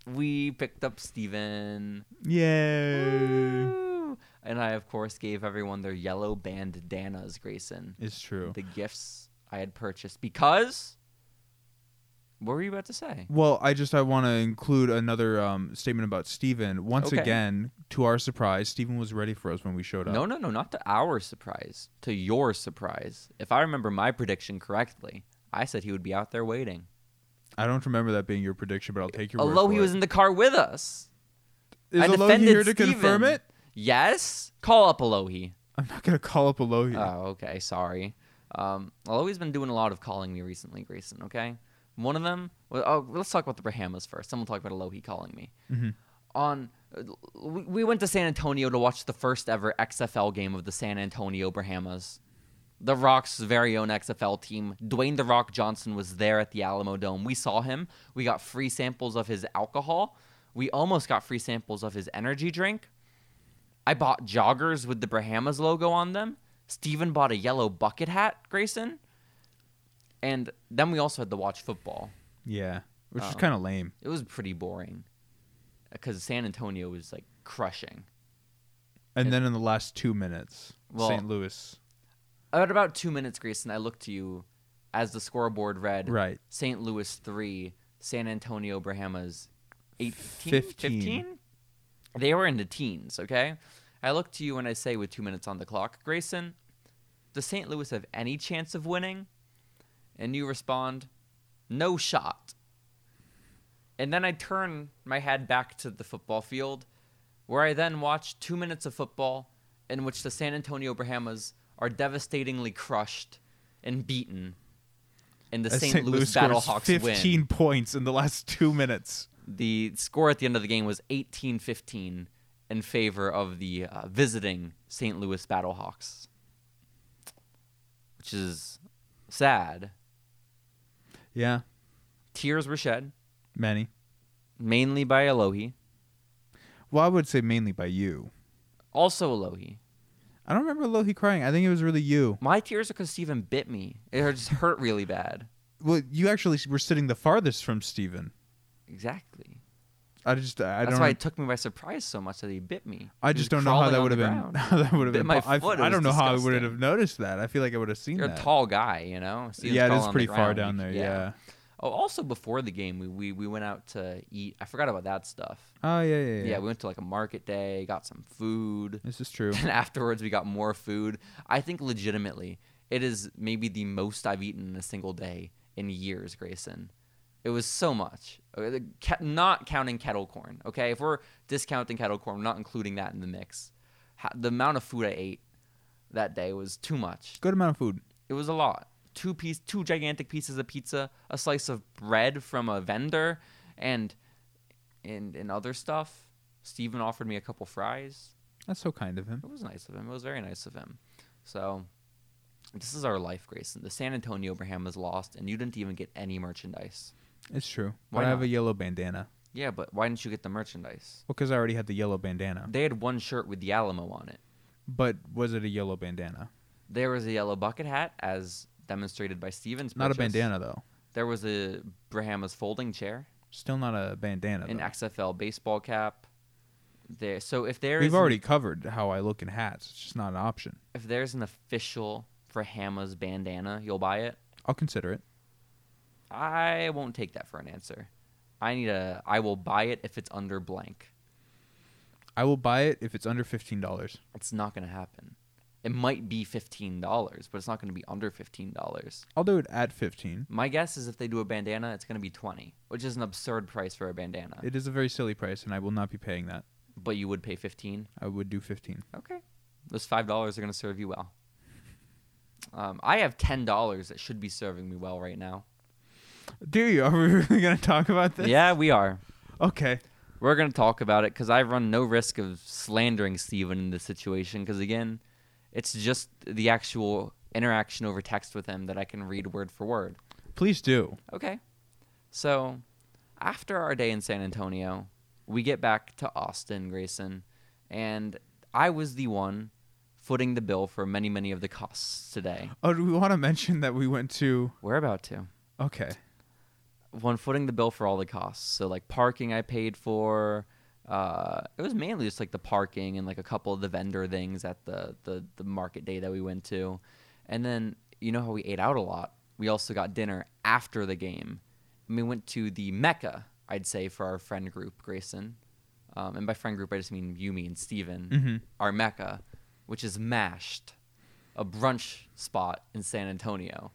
[SPEAKER 1] We picked up Steven.
[SPEAKER 2] Yay!
[SPEAKER 1] Woo! And I, of course, gave everyone their yellow bandanas, Grayson.
[SPEAKER 2] It's true.
[SPEAKER 1] The gifts I had purchased because. What were you about to say?
[SPEAKER 2] Well, I just I want to include another um, statement about Steven. Once
[SPEAKER 1] Okay.
[SPEAKER 2] again, to our surprise, Steven was ready for us when we showed up.
[SPEAKER 1] No, no, no, not to our surprise, to your surprise. If I remember my prediction correctly, I said he would be out there waiting.
[SPEAKER 2] I don't remember that being your prediction, but I'll take your
[SPEAKER 1] Although
[SPEAKER 2] word
[SPEAKER 1] he
[SPEAKER 2] for
[SPEAKER 1] was
[SPEAKER 2] it.
[SPEAKER 1] in the car with us.
[SPEAKER 2] Is
[SPEAKER 1] I
[SPEAKER 2] Alohi
[SPEAKER 1] defended
[SPEAKER 2] here to confirm
[SPEAKER 1] Steven.
[SPEAKER 2] it?
[SPEAKER 1] Yes? Call up Alohi.
[SPEAKER 2] I'm not gonna call up Alohi.
[SPEAKER 1] Oh, okay. Sorry. Um, Alohi's been doing a lot of calling me recently, Grayson. Okay. One of them. Well, oh, let's talk about the Brahmas first. Then we'll talk about Alohi calling me. On, we, we went to San Antonio to watch the first ever XFL game of the San Antonio Brahmas. The Rock's very own XFL team. Dwayne The Rock Johnson was there at the Alamo Dome. We saw him. We got free samples of his alcohol. We almost got free samples of his energy drink. I bought joggers with the Brahmas logo on them. Steven bought a yellow bucket hat, Grayson. And then we also had to watch football.
[SPEAKER 2] Yeah, which is
[SPEAKER 1] Oh.
[SPEAKER 2] kind of lame.
[SPEAKER 1] It was pretty boring because San Antonio was like crushing.
[SPEAKER 2] And
[SPEAKER 1] It-
[SPEAKER 2] then in the last two minutes,
[SPEAKER 1] Well-
[SPEAKER 2] St. Louis.
[SPEAKER 1] At about two minutes, Grayson, I looked to you as the scoreboard read
[SPEAKER 2] Right.
[SPEAKER 1] St. Louis 3, San Antonio Brahmas 18,
[SPEAKER 2] Fifteen.
[SPEAKER 1] 15? They were in the teens, okay? I look to you and I say, with two minutes on the clock, Grayson, does St. Louis have any chance of winning? And you respond, no shot. And then I turn my head back to the football field, where I then watch two minutes of football in which the San Antonio Brahmas are devastatingly crushed and beaten, and the
[SPEAKER 2] as
[SPEAKER 1] St. Louis
[SPEAKER 2] scores
[SPEAKER 1] Battlehawks
[SPEAKER 2] 15
[SPEAKER 1] win.
[SPEAKER 2] points in the last two minutes.
[SPEAKER 1] The score at the end of the game was 18 15 in favor of the uh, visiting St. Louis Battlehawks, which is sad.
[SPEAKER 2] Yeah,
[SPEAKER 1] Tears were shed,
[SPEAKER 2] many.
[SPEAKER 1] mainly by Elohi,
[SPEAKER 2] Well, I would say mainly by you.
[SPEAKER 1] also Elohi.
[SPEAKER 2] I don't remember Lohi crying. I think it was really you.
[SPEAKER 1] My tears are because Steven bit me. It just hurt really bad.
[SPEAKER 2] Well, you actually were sitting the farthest from Steven.
[SPEAKER 1] Exactly.
[SPEAKER 2] I just I
[SPEAKER 1] That's
[SPEAKER 2] don't
[SPEAKER 1] why
[SPEAKER 2] know-
[SPEAKER 1] it took me by surprise so much that he bit me.
[SPEAKER 2] I
[SPEAKER 1] He was
[SPEAKER 2] just don't know how
[SPEAKER 1] crawling
[SPEAKER 2] that
[SPEAKER 1] on
[SPEAKER 2] would have
[SPEAKER 1] the
[SPEAKER 2] been
[SPEAKER 1] ground.
[SPEAKER 2] how that would have
[SPEAKER 1] Bit
[SPEAKER 2] been.
[SPEAKER 1] my
[SPEAKER 2] I, I
[SPEAKER 1] foot. It
[SPEAKER 2] don't
[SPEAKER 1] was
[SPEAKER 2] know how I would
[SPEAKER 1] disgusting.
[SPEAKER 2] have noticed that. I feel like I would have seen
[SPEAKER 1] You're
[SPEAKER 2] that.
[SPEAKER 1] a tall guy, you know. Steven's
[SPEAKER 2] yeah, it
[SPEAKER 1] crawling
[SPEAKER 2] is
[SPEAKER 1] on the
[SPEAKER 2] pretty far
[SPEAKER 1] ground.
[SPEAKER 2] down there. Yeah.
[SPEAKER 1] Oh, also before the game, we, we we went out to eat. I forgot about that stuff.
[SPEAKER 2] Oh yeah, yeah,
[SPEAKER 1] Yeah,
[SPEAKER 2] yeah.
[SPEAKER 1] we went to like a market day, got some food,
[SPEAKER 2] this is true.
[SPEAKER 1] and afterwards we got more food. I think legitimately, it is maybe the most I've eaten in a single day in years, Grayson. It was so much. Uh, the ca- Not counting kettle corn, okay? If we're discounting kettle corn, we're not including that in the mix. Ha- The amount of food I ate that day was too much.
[SPEAKER 2] Good amount of food.
[SPEAKER 1] It was a lot. Two piece, two gigantic pieces of pizza, a slice of bread from a vendor, and and and other stuff. Steven offered me a couple fries.
[SPEAKER 2] That's so kind of him.
[SPEAKER 1] It was nice of him. It was very nice of him. So this is our life, Grayson. The San Antonio Abraham is lost, and you didn't even get any merchandise.
[SPEAKER 2] It's true.
[SPEAKER 1] Why
[SPEAKER 2] but I have
[SPEAKER 1] not?
[SPEAKER 2] a yellow bandana.
[SPEAKER 1] Yeah, but why didn't you get the merchandise?
[SPEAKER 2] Well, because I already had the yellow bandana.
[SPEAKER 1] They had one shirt with the Alamo on it.
[SPEAKER 2] But was it a yellow bandana?
[SPEAKER 1] There was a yellow bucket hat, as demonstrated by Steven's.
[SPEAKER 2] Not a
[SPEAKER 1] purchase.
[SPEAKER 2] bandana though.
[SPEAKER 1] There was a Brahma's folding chair.
[SPEAKER 2] Still not a bandana.
[SPEAKER 1] an
[SPEAKER 2] though.
[SPEAKER 1] XFL baseball cap. There, so if there
[SPEAKER 2] We've
[SPEAKER 1] is
[SPEAKER 2] already covered how I look in hats. It's just not an option.
[SPEAKER 1] if there's an official for Hama's bandana, you'll buy it.
[SPEAKER 2] I'll consider it.
[SPEAKER 1] I won't take that for an answer. I need a. I will buy it if it's under blank.
[SPEAKER 2] I will buy it if it's under fifteen dollars.
[SPEAKER 1] It's not gonna happen. It might be fifteen dollars, but it's not gonna be under fifteen dollars.
[SPEAKER 2] I'll do it at fifteen.
[SPEAKER 1] My guess is if they do a bandana, it's gonna be twenty, which is an absurd price for a bandana.
[SPEAKER 2] It is a very silly price, and I will not be paying that.
[SPEAKER 1] but you would pay fifteen.
[SPEAKER 2] I would do fifteen.
[SPEAKER 1] Okay. Those five dollars are gonna serve you well. Um, I have ten dollars that should be serving me well right now.
[SPEAKER 2] Do you? Are we really gonna talk about this?
[SPEAKER 1] Yeah, we are.
[SPEAKER 2] Okay.
[SPEAKER 1] We're gonna talk about it because I run no risk of slandering Steven in this situation. Because again, it's just the actual interaction over text with him that I can read word for word.
[SPEAKER 2] Please do.
[SPEAKER 1] Okay. So, after our day in San Antonio, we get back to Austin, Grayson, and I was the one footing the bill for many, many of the costs today.
[SPEAKER 2] Oh, do we want to mention that we went to?
[SPEAKER 1] We're about to.
[SPEAKER 2] Okay.
[SPEAKER 1] one footing the bill for all the costs. So like parking I paid for. Uh, it was mainly just like the parking and like a couple of the vendor things at the, the the market day that we went to, and then you know how we ate out a lot. We also got dinner after the game, and we went to the mecca I'd say for our friend group Grayson, um, and by friend group I just mean Yumi and Steven,
[SPEAKER 2] Mhm.
[SPEAKER 1] our mecca, which is Mashed, a brunch spot in San Antonio.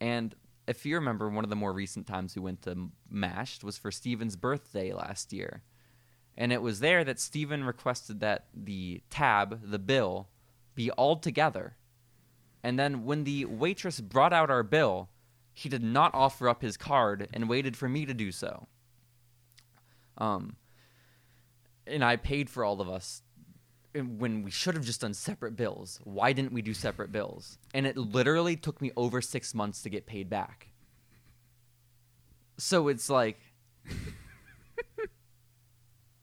[SPEAKER 1] And if you remember, one of the more recent times we went to M- Mashed was for Steven's birthday last year. And it was there that Steven requested that the tab, the bill, be all together. And then when the waitress brought out our bill, he did not offer up his card and waited for me to do so. Um, and I paid for all of us when we should have just done separate bills. Why didn't we do separate bills? And it literally took me over six months to get paid back. So it's like,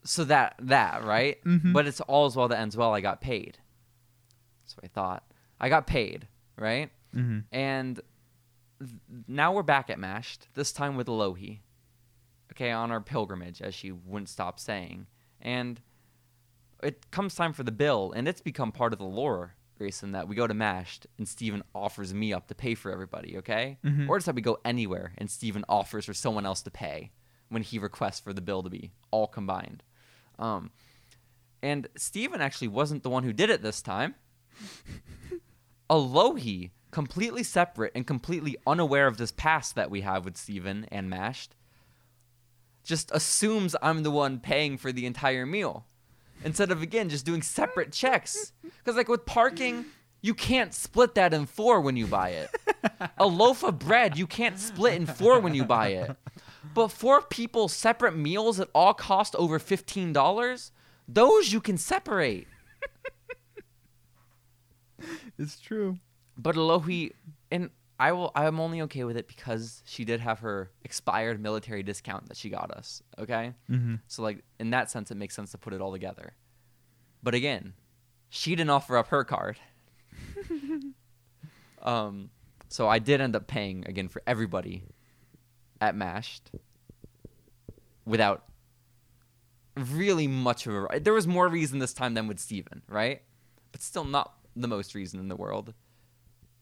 [SPEAKER 1] so that that right,
[SPEAKER 2] Mhm.
[SPEAKER 1] but it's all's well that ends well. I got paid. That's what I thought. I got paid, right?
[SPEAKER 2] Mm-hmm.
[SPEAKER 1] And th- now we're back at Mashed, this time with Alohi. Okay, on our pilgrimage, as she wouldn't stop saying. And it comes time for the bill, and it's become part of the lore, Grayson, that we go to Mashed and Steven offers me up to pay for everybody, okay?
[SPEAKER 2] Mhm.
[SPEAKER 1] Or it's that we go anywhere and Steven offers for someone else to pay when he requests for the bill to be all combined. Um, and Steven actually wasn't the one who did it this time. Alohi, completely separate and completely unaware of this past that we have with Steven and Mashed, just assumes I'm the one paying for the entire meal instead of, again, just doing separate checks. Because, like, with parking, you can't split that in four when you buy it. A loaf of bread, you can't split in four when you buy it. But four people, separate meals that all cost over $15, those you can separate.
[SPEAKER 2] It's true.
[SPEAKER 1] But Alohi, and I will. I'm only okay with it because she did have her expired military discount that she got us. Okay,
[SPEAKER 2] Mhm.
[SPEAKER 1] so like in that sense, it makes sense to put it all together. But again, she didn't offer up her card. um, so I did end up paying again for everybody at Mashed without really much of a. There was more reason this time than with Steven, right? But still not the most reason in the world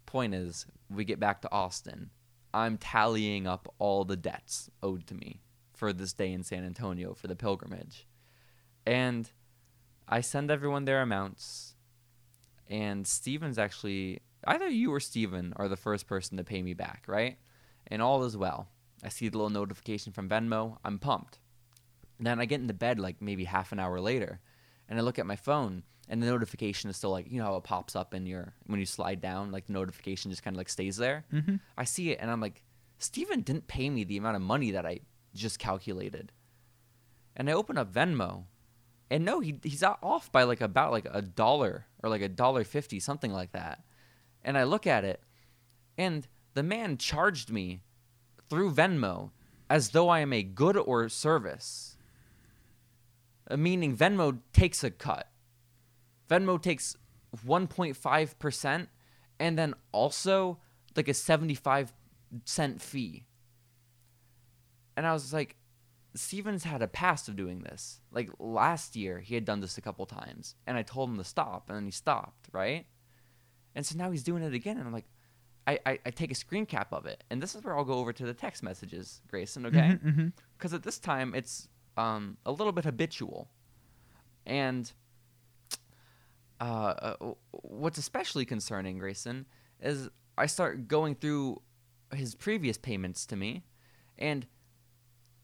[SPEAKER 1] point is we get back to austin i'm tallying up all the debts owed to me for this day in san antonio for the pilgrimage and i send everyone their amounts and steven's actually either you or steven are the first person to pay me back right and all is well i see the little notification from venmo i'm pumped then i get into bed like maybe half an hour later and I look at my phone and the notification is still like you know how it pops up in your when you slide down like the notification just kind of like stays there.
[SPEAKER 2] Mhm.
[SPEAKER 1] I see it and I'm like Steven didn't pay me the amount of money that I just calculated. And I open up Venmo and no he he's o- off by like about like a dollar or like a dollar 50 something like that. And I look at it and the man charged me through Venmo as though I am a good or service. Uh, meaning Venmo takes a cut. Venmo takes 1.5% and then also like a 75 cent fee. And I was like, Stevens had a past of doing this. Like last year, he had done this a couple times. And I told him to stop, and then he stopped, right? And so now he's doing it again. And I'm like, I, I, I take a screen cap of it. And this is where I'll go over to the text messages, Grayson, okay?
[SPEAKER 2] Mhm, mhm.
[SPEAKER 1] because at this time it's um, a little bit habitual, and uh, uh, w- what's especially concerning, Grayson, is I start going through his previous payments to me, and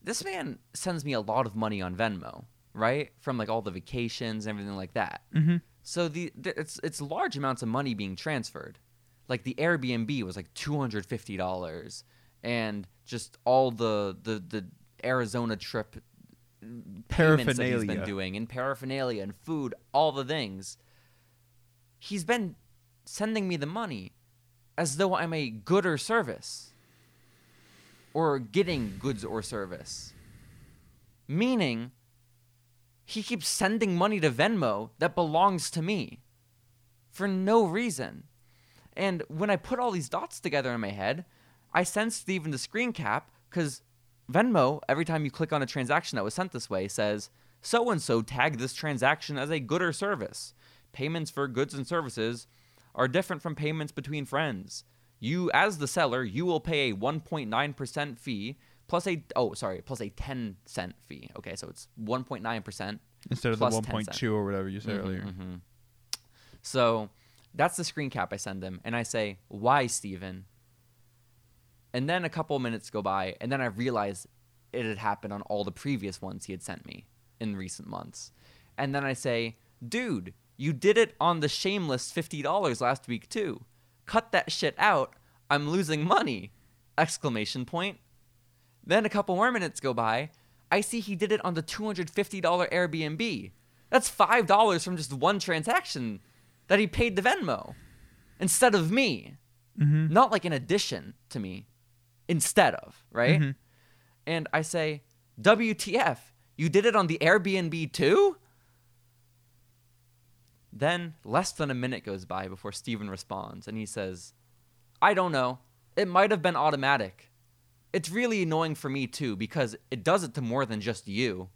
[SPEAKER 1] this man sends me a lot of money on Venmo, right? From like all the vacations and everything like that.
[SPEAKER 2] Mhm.
[SPEAKER 1] So the, the it's it's large amounts of money being transferred. Like the Airbnb was like two hundred fifty dollars, and just all the the the Arizona trip payments that he's been
[SPEAKER 2] Paraphernalia.
[SPEAKER 1] doing, and paraphernalia and food, all the things. He's been sending me the money as though I'm a good or service or getting goods or service. Meaning, he keeps sending money to Venmo that belongs to me for no reason. And when I put all these dots together in my head, I sent Steven the screen cap because Venmo, every time you click on a transaction that was sent this way, says so and so tagged this transaction as a good or service. Payments for goods and services are different from payments between friends. You, as the seller, you will pay a 1.9% fee plus a oh sorry plus a 10 cent fee. Okay, so it's 1.9 percent
[SPEAKER 2] Instead of the
[SPEAKER 1] Plus 10
[SPEAKER 2] 1.2 or whatever you said
[SPEAKER 1] Mhm,
[SPEAKER 2] earlier.
[SPEAKER 1] mhm. So that's the screen cap I send him, and I say, "Why, Steven? And then a couple minutes go by, and then I realize it had happened on all the previous ones he had sent me in recent months. And then I say, "Dude, you did it on the shameless fifty dollars last week too. Cut that shit out. I'm losing money!" Exclamation point. Then a couple more minutes go by. I see he did it on the $250 Airbnb. That's five dollars from just one transaction that he paid to Venmo instead of me,
[SPEAKER 2] Mm-hmm.
[SPEAKER 1] not like an addition to me, instead of right.
[SPEAKER 2] Mhm.
[SPEAKER 1] And I say, WTF? You did it on the Airbnb too? Then less than a minute goes by before Steven responds and he says, I don't know. It might have been automatic. It's really annoying for me too because it does it to more than just you.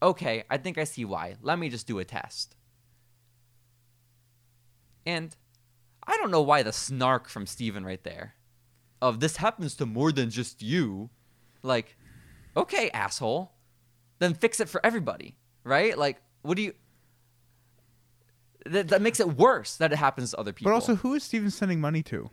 [SPEAKER 1] Okay, I think I see why. Let me just do a test. And I don't know why the snark from Steven right there of this happens to more than just you. Like, okay, asshole. Then fix it for everybody, right? Like, what do you. That, that makes it worse that it happens to other people.
[SPEAKER 2] But also, who is Steven sending money to?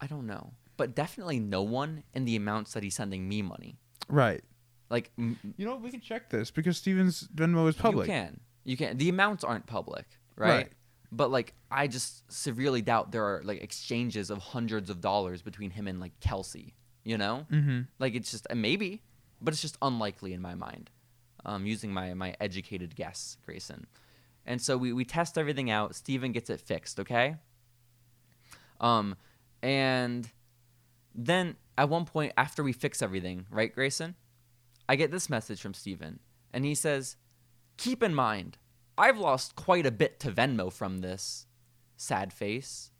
[SPEAKER 1] I don't know, but definitely no one in the amounts that he's sending me money.
[SPEAKER 2] Right.
[SPEAKER 1] Like m-
[SPEAKER 2] You know, we can check this because Steven's Venmo is public.
[SPEAKER 1] you can, you can. The amounts aren't public, right?
[SPEAKER 2] Right.
[SPEAKER 1] But like, I just severely doubt there are like exchanges of hundreds of dollars between him and like Kelsey. You know,
[SPEAKER 2] Mm-hmm.
[SPEAKER 1] like it's just maybe, but it's just unlikely in my mind. Um, using my my educated guess, Grayson. And so we we test everything out. Steven gets it fixed, okay? Um, and then at one point after we fix everything, right, Grayson? I get this message from Steven, and he says, "Keep in mind, I've lost quite a bit to Venmo from this." Sad face.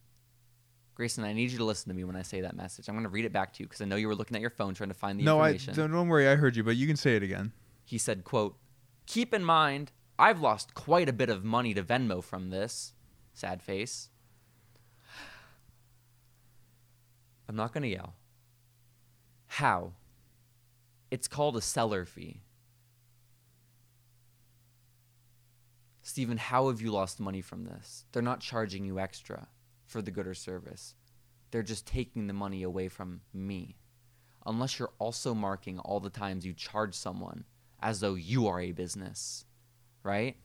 [SPEAKER 1] Grayson, I need you to listen to me when I say that message. I'm going to read it back to you because I know you were looking at your phone trying to find the
[SPEAKER 2] No, I
[SPEAKER 1] information
[SPEAKER 2] don't, don't worry. I heard you, but you can say it again.
[SPEAKER 1] he said quote keep in mind i've lost quite a bit of money to venmo from this sad face i'm not going to yell how it's called a seller fee Stephen, how have you lost money from this? They're not charging you extra for the good or service. They're just taking the money away from me. Unless you're also marking all the times you charge someone as though you are a business, right?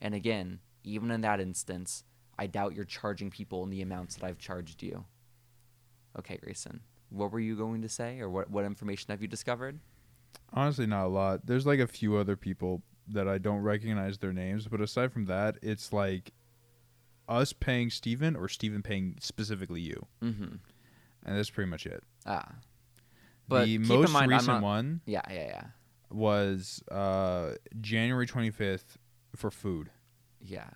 [SPEAKER 1] And again, even in that instance, I doubt you're charging people in the amounts that I've charged you. Okay, Grayson, what were you going to say or what, what information have you discovered?
[SPEAKER 2] Honestly, not a lot. There's like a few other people that I don't recognize their names, but aside from that, it's like us paying Steven or Steven paying specifically you.
[SPEAKER 1] Mm hmm.
[SPEAKER 2] And that's pretty much it.
[SPEAKER 1] Ah. But
[SPEAKER 2] the
[SPEAKER 1] keep
[SPEAKER 2] most
[SPEAKER 1] in mind, I'm
[SPEAKER 2] recent
[SPEAKER 1] not-
[SPEAKER 2] one
[SPEAKER 1] Yeah, yeah, yeah.
[SPEAKER 2] was uh, January 25th for food.
[SPEAKER 1] Yeah.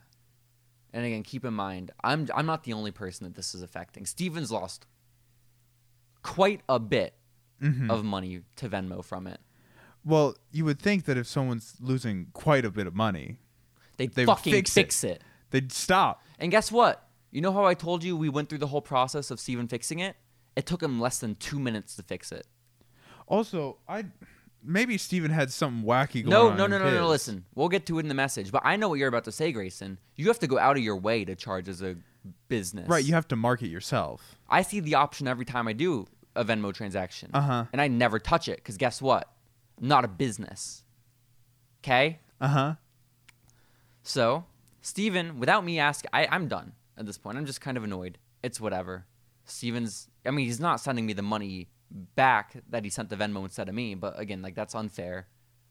[SPEAKER 1] And again, keep in mind, I'm I'm not the only person that this is affecting. Steven's lost quite a bit
[SPEAKER 2] Mm-hmm.
[SPEAKER 1] of money to Venmo from it.
[SPEAKER 2] Well, you would think that if someone's losing quite a bit of money,
[SPEAKER 1] They,
[SPEAKER 2] They would
[SPEAKER 1] fucking
[SPEAKER 2] fix
[SPEAKER 1] fix,
[SPEAKER 2] it.
[SPEAKER 1] it.
[SPEAKER 2] they'd stop.
[SPEAKER 1] And guess what? You know how I told you we went through the whole process of Steven fixing it? It took him less than two minutes to fix it.
[SPEAKER 2] Also, I maybe Steven had something wacky going
[SPEAKER 1] No,
[SPEAKER 2] on.
[SPEAKER 1] no, no,
[SPEAKER 2] with
[SPEAKER 1] no, no,
[SPEAKER 2] his.
[SPEAKER 1] Listen, we'll get to it in the message. But I know what you're about to say, Grayson. You have to go out of your way to charge as a business.
[SPEAKER 2] Right, you have to market yourself.
[SPEAKER 1] I see the option every time I do a Venmo transaction.
[SPEAKER 2] Uh-huh.
[SPEAKER 1] And I never touch it because guess what? I'm not a business. Okay?
[SPEAKER 2] Uh huh.
[SPEAKER 1] So, Steven, without me asking, I, I'm done at this point. I'm just kind of annoyed. It's whatever. Steven's, I mean, he's not sending me the money back that he sent to Venmo instead of me, but again, like, that's unfair.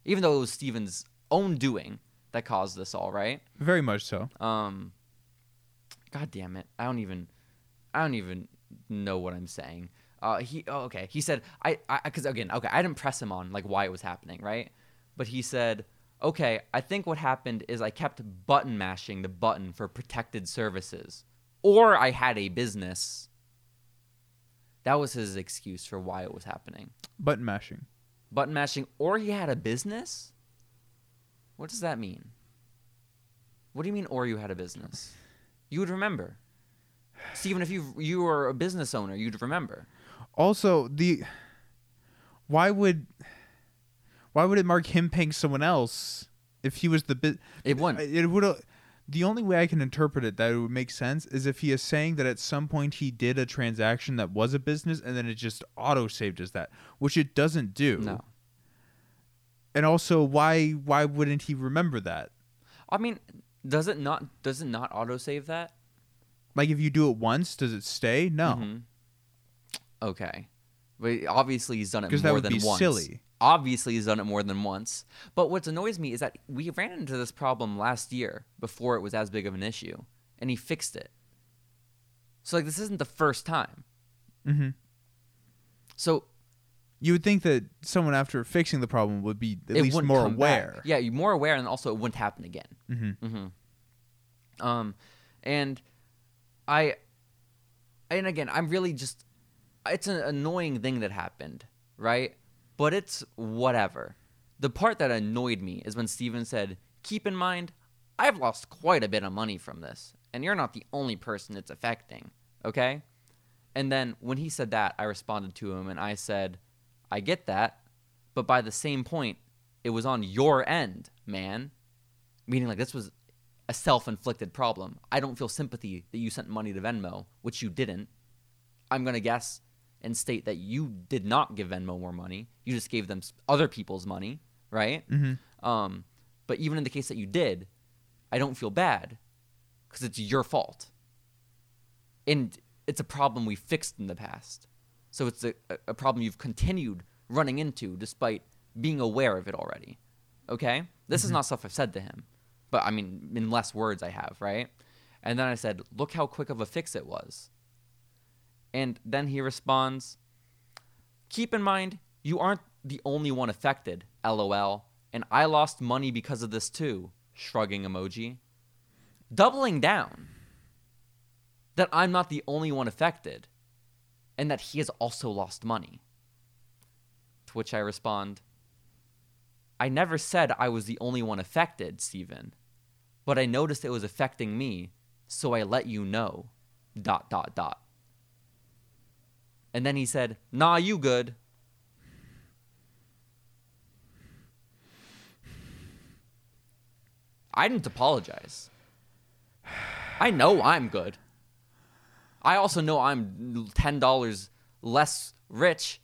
[SPEAKER 1] Even though it was Steven's own doing that caused this all, right?
[SPEAKER 2] Very much so.
[SPEAKER 1] Um, God damn it! I don't even, I don't even know what I'm saying. Uh, he oh, okay. He said I I because again okay I didn't press him on like why it was happening right, but he said okay I think what happened is I kept button mashing the button for protected services, or I had a business. That was his excuse for why it was happening.
[SPEAKER 2] Button mashing.
[SPEAKER 1] Button mashing, or he had a business. What does that mean? What do you mean, or you had a business? You would remember. Steven, if you you were a business owner, you'd remember.
[SPEAKER 2] Also, the why would why would it mark him paying someone else if he was the bit?
[SPEAKER 1] It wouldn't.
[SPEAKER 2] It would. uh, The only way I can interpret it that it would make sense is if he is saying that at some point he did a transaction that was a business and then it just auto saved as that, which it doesn't do.
[SPEAKER 1] No.
[SPEAKER 2] And also, why why wouldn't he remember that?
[SPEAKER 1] I mean, does it not does it not autosave that?
[SPEAKER 2] Like if you do it once, does it stay? No,
[SPEAKER 1] Mm-hmm. Mhm. Okay. But obviously he's done it
[SPEAKER 2] because
[SPEAKER 1] more
[SPEAKER 2] that would
[SPEAKER 1] than
[SPEAKER 2] be
[SPEAKER 1] once.
[SPEAKER 2] silly.
[SPEAKER 1] Obviously, he's done it more than once. But what annoys me is that we ran into this problem last year before it was as big of an issue, and he fixed it. So like this isn't the first time.
[SPEAKER 2] Mhm.
[SPEAKER 1] So
[SPEAKER 2] You would think that someone after fixing the problem would be at
[SPEAKER 1] it
[SPEAKER 2] least
[SPEAKER 1] wouldn't
[SPEAKER 2] more
[SPEAKER 1] come back.
[SPEAKER 2] aware.
[SPEAKER 1] Yeah, you're more aware, and also it wouldn't happen again.
[SPEAKER 2] Mhm.
[SPEAKER 1] Mm-hmm. Um, and I, and again, I'm really just, it's an annoying thing that happened, right? But it's whatever. The part that annoyed me is when Steven said, "Keep in mind, I've lost quite a bit of money from this, and you're not the only person it's affecting." Okay. And then when he said that, I responded to him and I said, I get that, but by the same point, it was on your end, man. Meaning, like, this was a self inflicted problem. I don't feel sympathy that you sent money to Venmo, which you didn't. I'm going to guess and state that you did not give Venmo more money. You just gave them s- other people's money, right?
[SPEAKER 2] Mhm.
[SPEAKER 1] Um, but even in the case that you did, I don't feel bad because it's your fault. And it's a problem we fixed in the past. So it's a, a- a problem you've continued running into despite being aware of it already. Okay? This is not stuff I've said to him, but I mean, in less words I have, right? And then I said, look how quick of a fix it was. And then he responds, keep in mind, you aren't the only one affected, lol. And I lost money because of this too, shrugging emoji. Doubling down that I'm not the only one affected and that he has also lost money. To which I respond, I never said I was the only one affected, Steven, but I noticed it was affecting me, so I let you know. Dot, dot, dot. And then he said, Nah, you good. I didn't apologize. I know I'm good. I also know I'm ten dollars less rich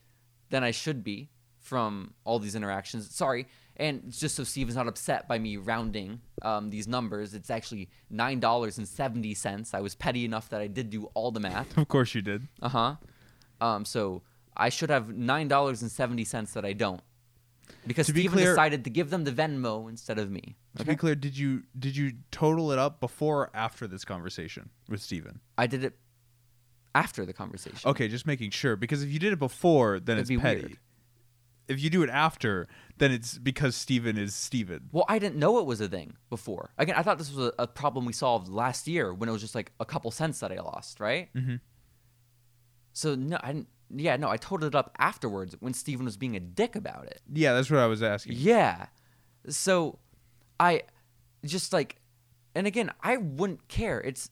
[SPEAKER 1] than I should be from all these interactions. Sorry, and just so Steven's not upset by me rounding um, these numbers, it's actually nine dollars and seventy cents. I was petty enough that I did do all the math.
[SPEAKER 2] Of course you did.
[SPEAKER 1] Uh huh. Um, so I should have nine dollars and seventy cents that I don't, because
[SPEAKER 2] To be
[SPEAKER 1] Steven
[SPEAKER 2] clear-
[SPEAKER 1] decided to give them the Venmo instead of me.
[SPEAKER 2] To be clear, did you did you total it up before or after this conversation with Steven?
[SPEAKER 1] I did it after the conversation.
[SPEAKER 2] Okay, just making sure because if you did it before, then
[SPEAKER 1] It'd
[SPEAKER 2] it's
[SPEAKER 1] be
[SPEAKER 2] petty.
[SPEAKER 1] weird.
[SPEAKER 2] If you do it after, then it's because Steven is Steven.
[SPEAKER 1] Well, I didn't know it was a thing before. Again, I thought this was a, a problem we solved last year when it was just like a couple cents that I lost, right?
[SPEAKER 2] Mhm.
[SPEAKER 1] So no, I didn't, yeah, no, I totaled it up afterwards when Steven was being a dick about it.
[SPEAKER 2] Yeah, that's what I was asking.
[SPEAKER 1] Yeah. So I just like and again, I wouldn't care. It's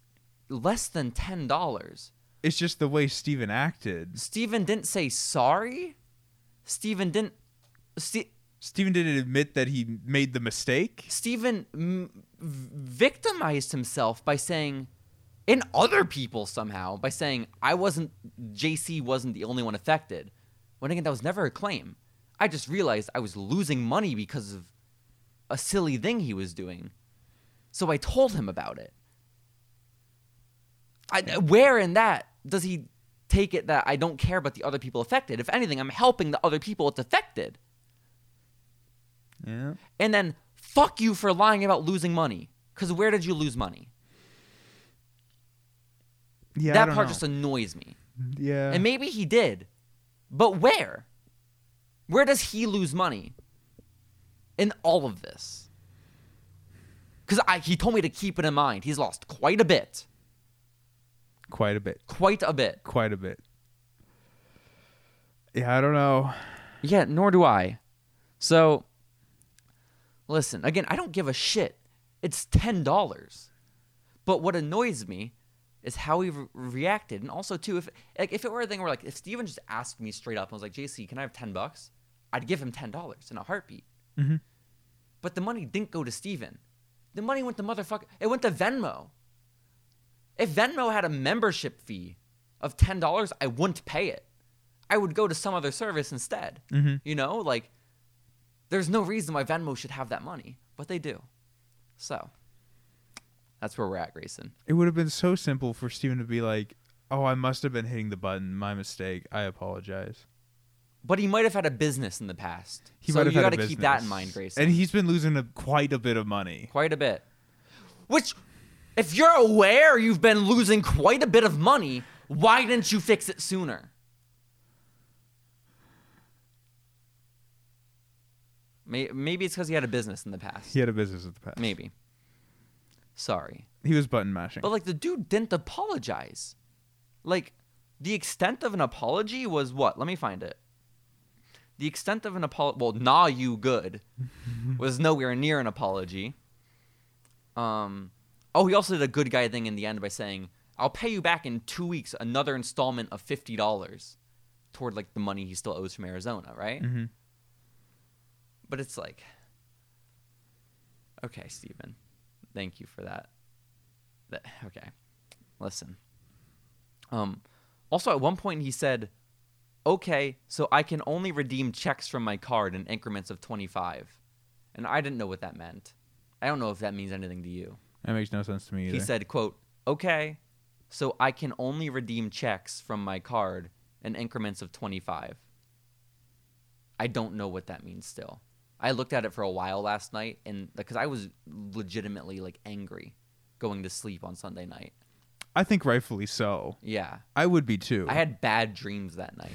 [SPEAKER 1] less than $10.
[SPEAKER 2] It's just the way Steven acted.
[SPEAKER 1] Steven didn't say sorry. Steven didn't Ste-
[SPEAKER 2] Steven didn't admit that he made the mistake.
[SPEAKER 1] Stephen m- victimized himself by saying, in other people somehow, by saying, I wasn't, JC wasn't the only one affected. When again, that was never a claim. I just realized I was losing money because of a silly thing he was doing. So I told him about it. I, where in that does he take it that I don't care about the other people affected? If anything, I'm helping the other people it's affected
[SPEAKER 2] Yeah.
[SPEAKER 1] and then fuck you for lying about losing money. Because where did you lose money?
[SPEAKER 2] Yeah. I
[SPEAKER 1] that
[SPEAKER 2] don't
[SPEAKER 1] part
[SPEAKER 2] know.
[SPEAKER 1] just annoys me.
[SPEAKER 2] Yeah.
[SPEAKER 1] And maybe he did, but where? Where does he lose money in all of this? Because he told me to keep it in mind. He's lost quite a bit,
[SPEAKER 2] quite a bit.
[SPEAKER 1] quite a bit.
[SPEAKER 2] Quite a bit. Yeah, I don't know.
[SPEAKER 1] Yeah, nor do I. So, listen, again, I don't give a shit. It's $10. But what annoys me is how he re- reacted. And also, too, if like, if it were a thing where, like, if Steven just asked me straight up and was like, JC, can I have 10 bucks? I'd give him $10 in a heartbeat.
[SPEAKER 2] Mhm.
[SPEAKER 1] But the money didn't go to Steven. The money went to motherfucker. It went to Venmo. If Venmo had a membership fee of $10, I wouldn't pay it. I would go to some other service instead.
[SPEAKER 2] Mhm.
[SPEAKER 1] You know, like there's no reason why Venmo should have that money, but they do. So that's where we're at, Grayson.
[SPEAKER 2] It would have been so simple for Steven to be like, "Oh, I must have been hitting the button. My mistake. I apologize."
[SPEAKER 1] But he might have had a business in the past.
[SPEAKER 2] He
[SPEAKER 1] so
[SPEAKER 2] might have
[SPEAKER 1] you
[SPEAKER 2] had a
[SPEAKER 1] gotta keep that in
[SPEAKER 2] business.
[SPEAKER 1] mind, Grayson.
[SPEAKER 2] And he's been losing a, quite a bit of money.
[SPEAKER 1] quite a bit. Which, if you're aware you've been losing quite a bit of money, why didn't you fix it sooner? May- Maybe it's because he had a business in the past.
[SPEAKER 2] He had a business in the past.
[SPEAKER 1] Maybe. Sorry.
[SPEAKER 2] He was button mashing.
[SPEAKER 1] But, like, the dude didn't apologize. Like, the extent of an apology was what? Let me find it. The extent of an apology, well, nah, you good, was nowhere near an apology. Um, oh, he also did a good guy thing in the end by saying, "I'll pay you back in two weeks another installment of fifty dollars toward like the money he still owes from Arizona, right?"
[SPEAKER 2] Mhm.
[SPEAKER 1] But it's like, okay, Steven, thank you for that. That okay, listen. Um, also at one point he said, "Okay, so I can only redeem checks from my card in increments of twenty-five," and I didn't know what that meant. I don't know if that means anything to you.
[SPEAKER 2] that makes no sense to me either.
[SPEAKER 1] He said, quote, okay, so I can only redeem checks from my card in increments of 25. I don't know what that means still. I looked at it for a while last night and because I was legitimately like angry going to sleep on Sunday night.
[SPEAKER 2] I think rightfully so.
[SPEAKER 1] Yeah.
[SPEAKER 2] I would be too.
[SPEAKER 1] I had bad dreams that night.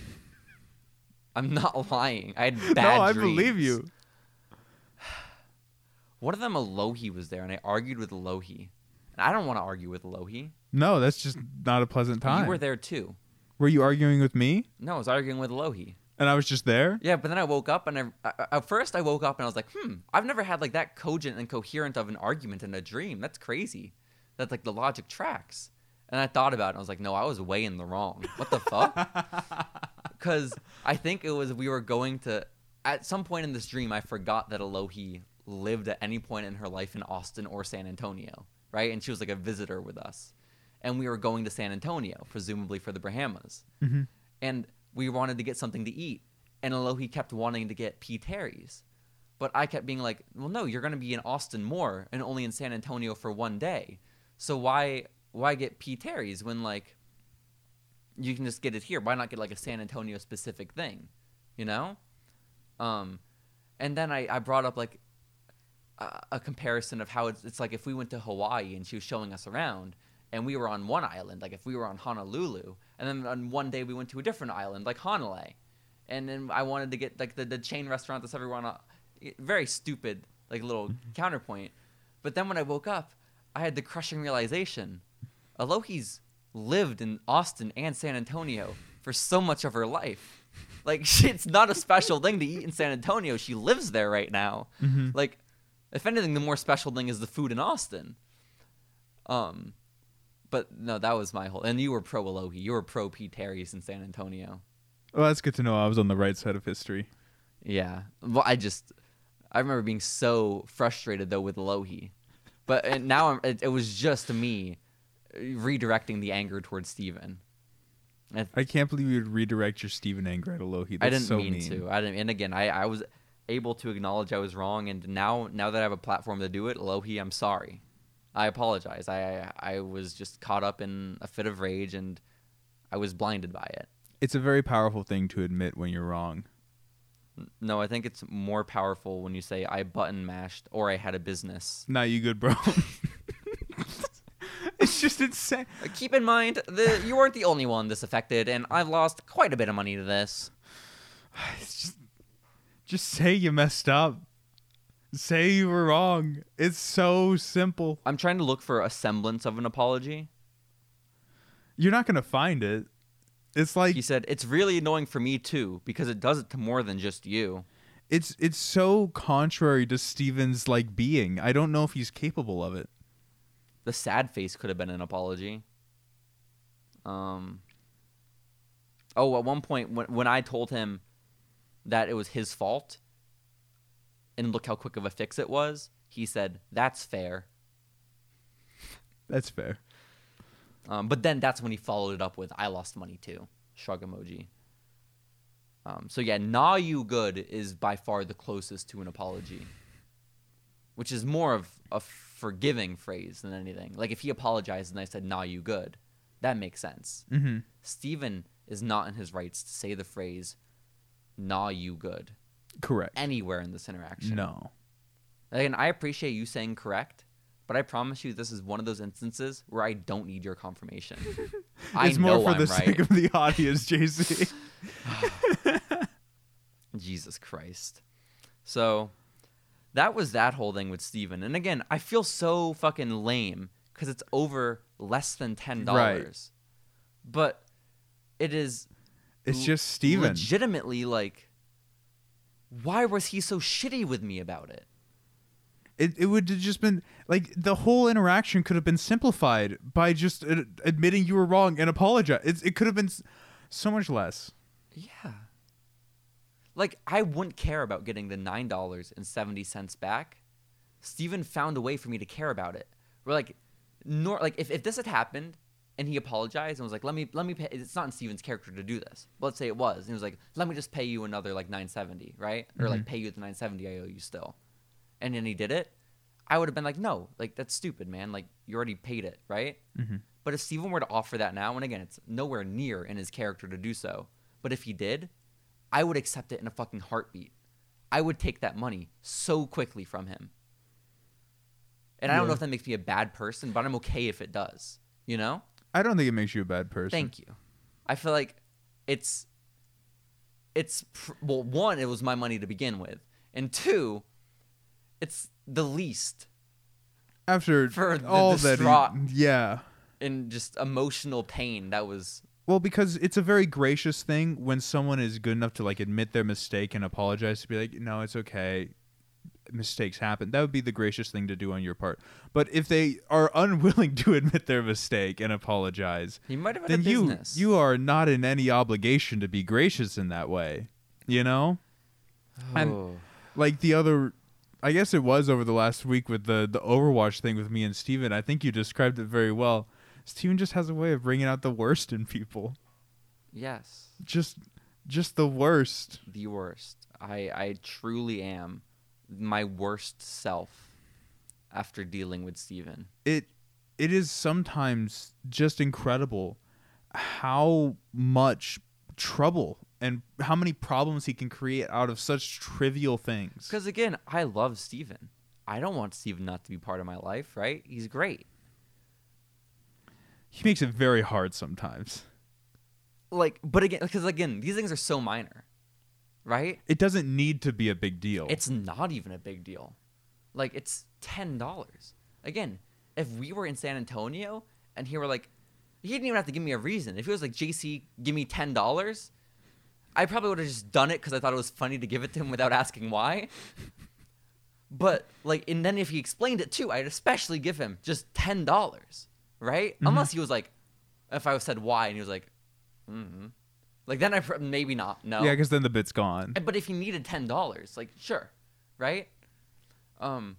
[SPEAKER 1] I'm not lying. I had
[SPEAKER 2] no,
[SPEAKER 1] bad
[SPEAKER 2] I
[SPEAKER 1] dreams.
[SPEAKER 2] believe you.
[SPEAKER 1] One of them, Alohi, was there, and I argued with Alohi. And I don't want to argue with Alohi.
[SPEAKER 2] No, that's just not a pleasant time.
[SPEAKER 1] You were there too.
[SPEAKER 2] Were you arguing with me?
[SPEAKER 1] No, I was arguing with Alohi.
[SPEAKER 2] And I was just there?
[SPEAKER 1] Yeah, but then I woke up and I, I at first I woke up and I was like, hmm, I've never had like that cogent and coherent of an argument in a dream. That's crazy. That like the logic tracks. And I thought about it and I was like, no, I was way in the wrong. What the fuck? Because I think it was we were going to at some point in this dream I forgot that Alohi lived at any point in her life in Austin or San Antonio, right? And she was like a visitor with us, and we were going to San Antonio presumably for the Brahmas and we wanted to get something to eat. And Alohi kept wanting to get P. Terry's. But I kept being like, well, no, you're going to be in Austin more and only in San Antonio for one day. So why why get P. Terry's when, like, you can just get it here? Why not get, like, a San Antonio specific thing, you know? Um, and then I, I brought up, like, a, a comparison of how it's, it's like if we went to Hawaii and she was showing us around and we were on one island, like if we were on Honolulu, and then on one day we went to a different island, like Honolulu, and then I wanted to get like the, the chain restaurant that's everyone on, very stupid like little counterpoint, but then when I woke up, I had the crushing realization, Alohi's lived in Austin and San Antonio for so much of her life. Like it's not a special thing to eat in San Antonio. She lives there right now. Like, if anything, the more special thing is the food in Austin. Um, but no, that was my whole. And you were pro Alohi. You were pro Pete Terry's in San Antonio.
[SPEAKER 2] Well, that's good to know. I was on the right side of history.
[SPEAKER 1] Yeah. Well, I just I remember being so frustrated though with Alohi, but and now I'm, it, it was just me redirecting the anger towards Steven. I,
[SPEAKER 2] I can't believe you'd redirect your Stephen anger at Alohi. That's
[SPEAKER 1] I didn't
[SPEAKER 2] so
[SPEAKER 1] mean, to. I didn't. And again, I I was able to acknowledge I was wrong, and now now that I have a platform to do it, Alohi, I'm sorry. I apologize. I I I was just caught up in a fit of rage, and I was blinded by it.
[SPEAKER 2] It's a very powerful thing to admit when you're wrong.
[SPEAKER 1] No, I think it's more powerful when you say I button mashed or I had a business.
[SPEAKER 2] Not you good, bro. it's just insane.
[SPEAKER 1] Uh, Keep in mind that you weren't the only one this affected, and I've lost quite a bit of money to this.
[SPEAKER 2] It's just, just say you messed up. Say you were wrong. It's so simple.
[SPEAKER 1] I'm trying to look for a semblance of an apology.
[SPEAKER 2] You're not gonna find it. It's like
[SPEAKER 1] He said, It's really annoying for me too, because it does it to more than just you.
[SPEAKER 2] it's it's so contrary to Steven's like being. I don't know if he's capable of it.
[SPEAKER 1] The sad face could have been an apology. Um. Oh, at one point when when I told him that it was his fault, and look how quick of a fix it was, he said, "That's fair."
[SPEAKER 2] That's fair.
[SPEAKER 1] Um, but then that's when he followed it up with "I lost money too." Shrug emoji. Um, so yeah, "Nah, you good" is by far the closest to an apology, which is more of a forgiving phrase than anything. Like if he apologized and I said "Nah, you good," that makes sense.
[SPEAKER 2] Mm-hmm.
[SPEAKER 1] Steven is not in his rights to say the phrase gnaw you good
[SPEAKER 2] Correct.
[SPEAKER 1] anywhere in this interaction.
[SPEAKER 2] No.
[SPEAKER 1] Again, I appreciate you saying correct, but I promise you, this is one of those instances where I don't need your confirmation. I
[SPEAKER 2] it's more
[SPEAKER 1] know
[SPEAKER 2] for
[SPEAKER 1] I'm
[SPEAKER 2] the
[SPEAKER 1] right.
[SPEAKER 2] sake of the audience, JC.
[SPEAKER 1] Jesus Christ. So that was that whole thing with Steven. And again, I feel so fucking lame because it's over less than $10. But it is
[SPEAKER 2] it's
[SPEAKER 1] L-
[SPEAKER 2] just Steven.
[SPEAKER 1] legitimately like, why was he so shitty with me about it?
[SPEAKER 2] it, it would have just been like the whole interaction could have been simplified by just uh, admitting you were wrong and apologize. It, it could have been s- so much less.
[SPEAKER 1] Yeah. Like, I wouldn't care about getting the $9.70 back. Steven found a way for me to care about it. We're like, nor like if, if this had happened and he apologized and was like, let me let me pay it's not in Steven's character to do this. But let's say it was. And he was like, let me just pay you another like nine seventy, right? Or like pay you the nine seventy I owe you still. And then he did it, I would have been like, no, like that's stupid, man. Like you already paid it, right?
[SPEAKER 2] Mhm.
[SPEAKER 1] But if Steven were to offer that now, and again, it's nowhere near in his character to do so, but if he did, I would accept it in a fucking heartbeat. I would take that money so quickly from him. And I don't know
[SPEAKER 2] Yeah.
[SPEAKER 1] if that makes me a bad person, but I'm okay if it does. You know?
[SPEAKER 2] I don't think it makes you a bad person.
[SPEAKER 1] Thank you. I feel like it's it's pr- well, one, it was my money to begin with, and two, it's the least
[SPEAKER 2] After
[SPEAKER 1] For the
[SPEAKER 2] all
[SPEAKER 1] distraught-
[SPEAKER 2] that, he- yeah.
[SPEAKER 1] in just emotional pain that was
[SPEAKER 2] Well, because it's a very gracious thing when someone is good enough to like admit their mistake and apologize to be like, no, it's okay. Mistakes happen. That would be the gracious thing to do on your part. But if they are unwilling to admit their mistake and apologize,
[SPEAKER 1] he might have been
[SPEAKER 2] then
[SPEAKER 1] a
[SPEAKER 2] you
[SPEAKER 1] business.
[SPEAKER 2] you are not in any obligation to be gracious in that way. You know, and-
[SPEAKER 1] Oh.
[SPEAKER 2] like the other. I guess it was over the last week with the the Overwatch thing with me and Steven. I think you described it very well. Steven just has a way of bringing out the worst in people.
[SPEAKER 1] yes,
[SPEAKER 2] just just the worst
[SPEAKER 1] the worst. I I truly am my worst self after dealing with Steven.
[SPEAKER 2] it it is sometimes just incredible how much trouble and how many problems he can create out of such trivial things
[SPEAKER 1] Because again, I love Steven. I don't want Steven not to be part of my life, right? He's great.
[SPEAKER 2] he makes it very hard sometimes
[SPEAKER 1] Like, but again, because again, these things are so minor, right?
[SPEAKER 2] it doesn't need to be a big deal
[SPEAKER 1] It's not even a big deal. Like, it's ten dollars. Again, if we were in San Antonio and he were like, he didn't even have to give me a reason. If he was like, JC, give me ten dollars, I probably would have just done it because I thought it was funny to give it to him without asking why. But like, and then if he explained it too, I'd especially give him just ten dollars, right?
[SPEAKER 2] Mm-hmm.
[SPEAKER 1] Unless he was like, if I said why, and he was like, mm-hmm. like then I pr- maybe not. No,
[SPEAKER 2] yeah because then the bit's gone
[SPEAKER 1] and- But if he needed ten dollars, like sure, right? Um.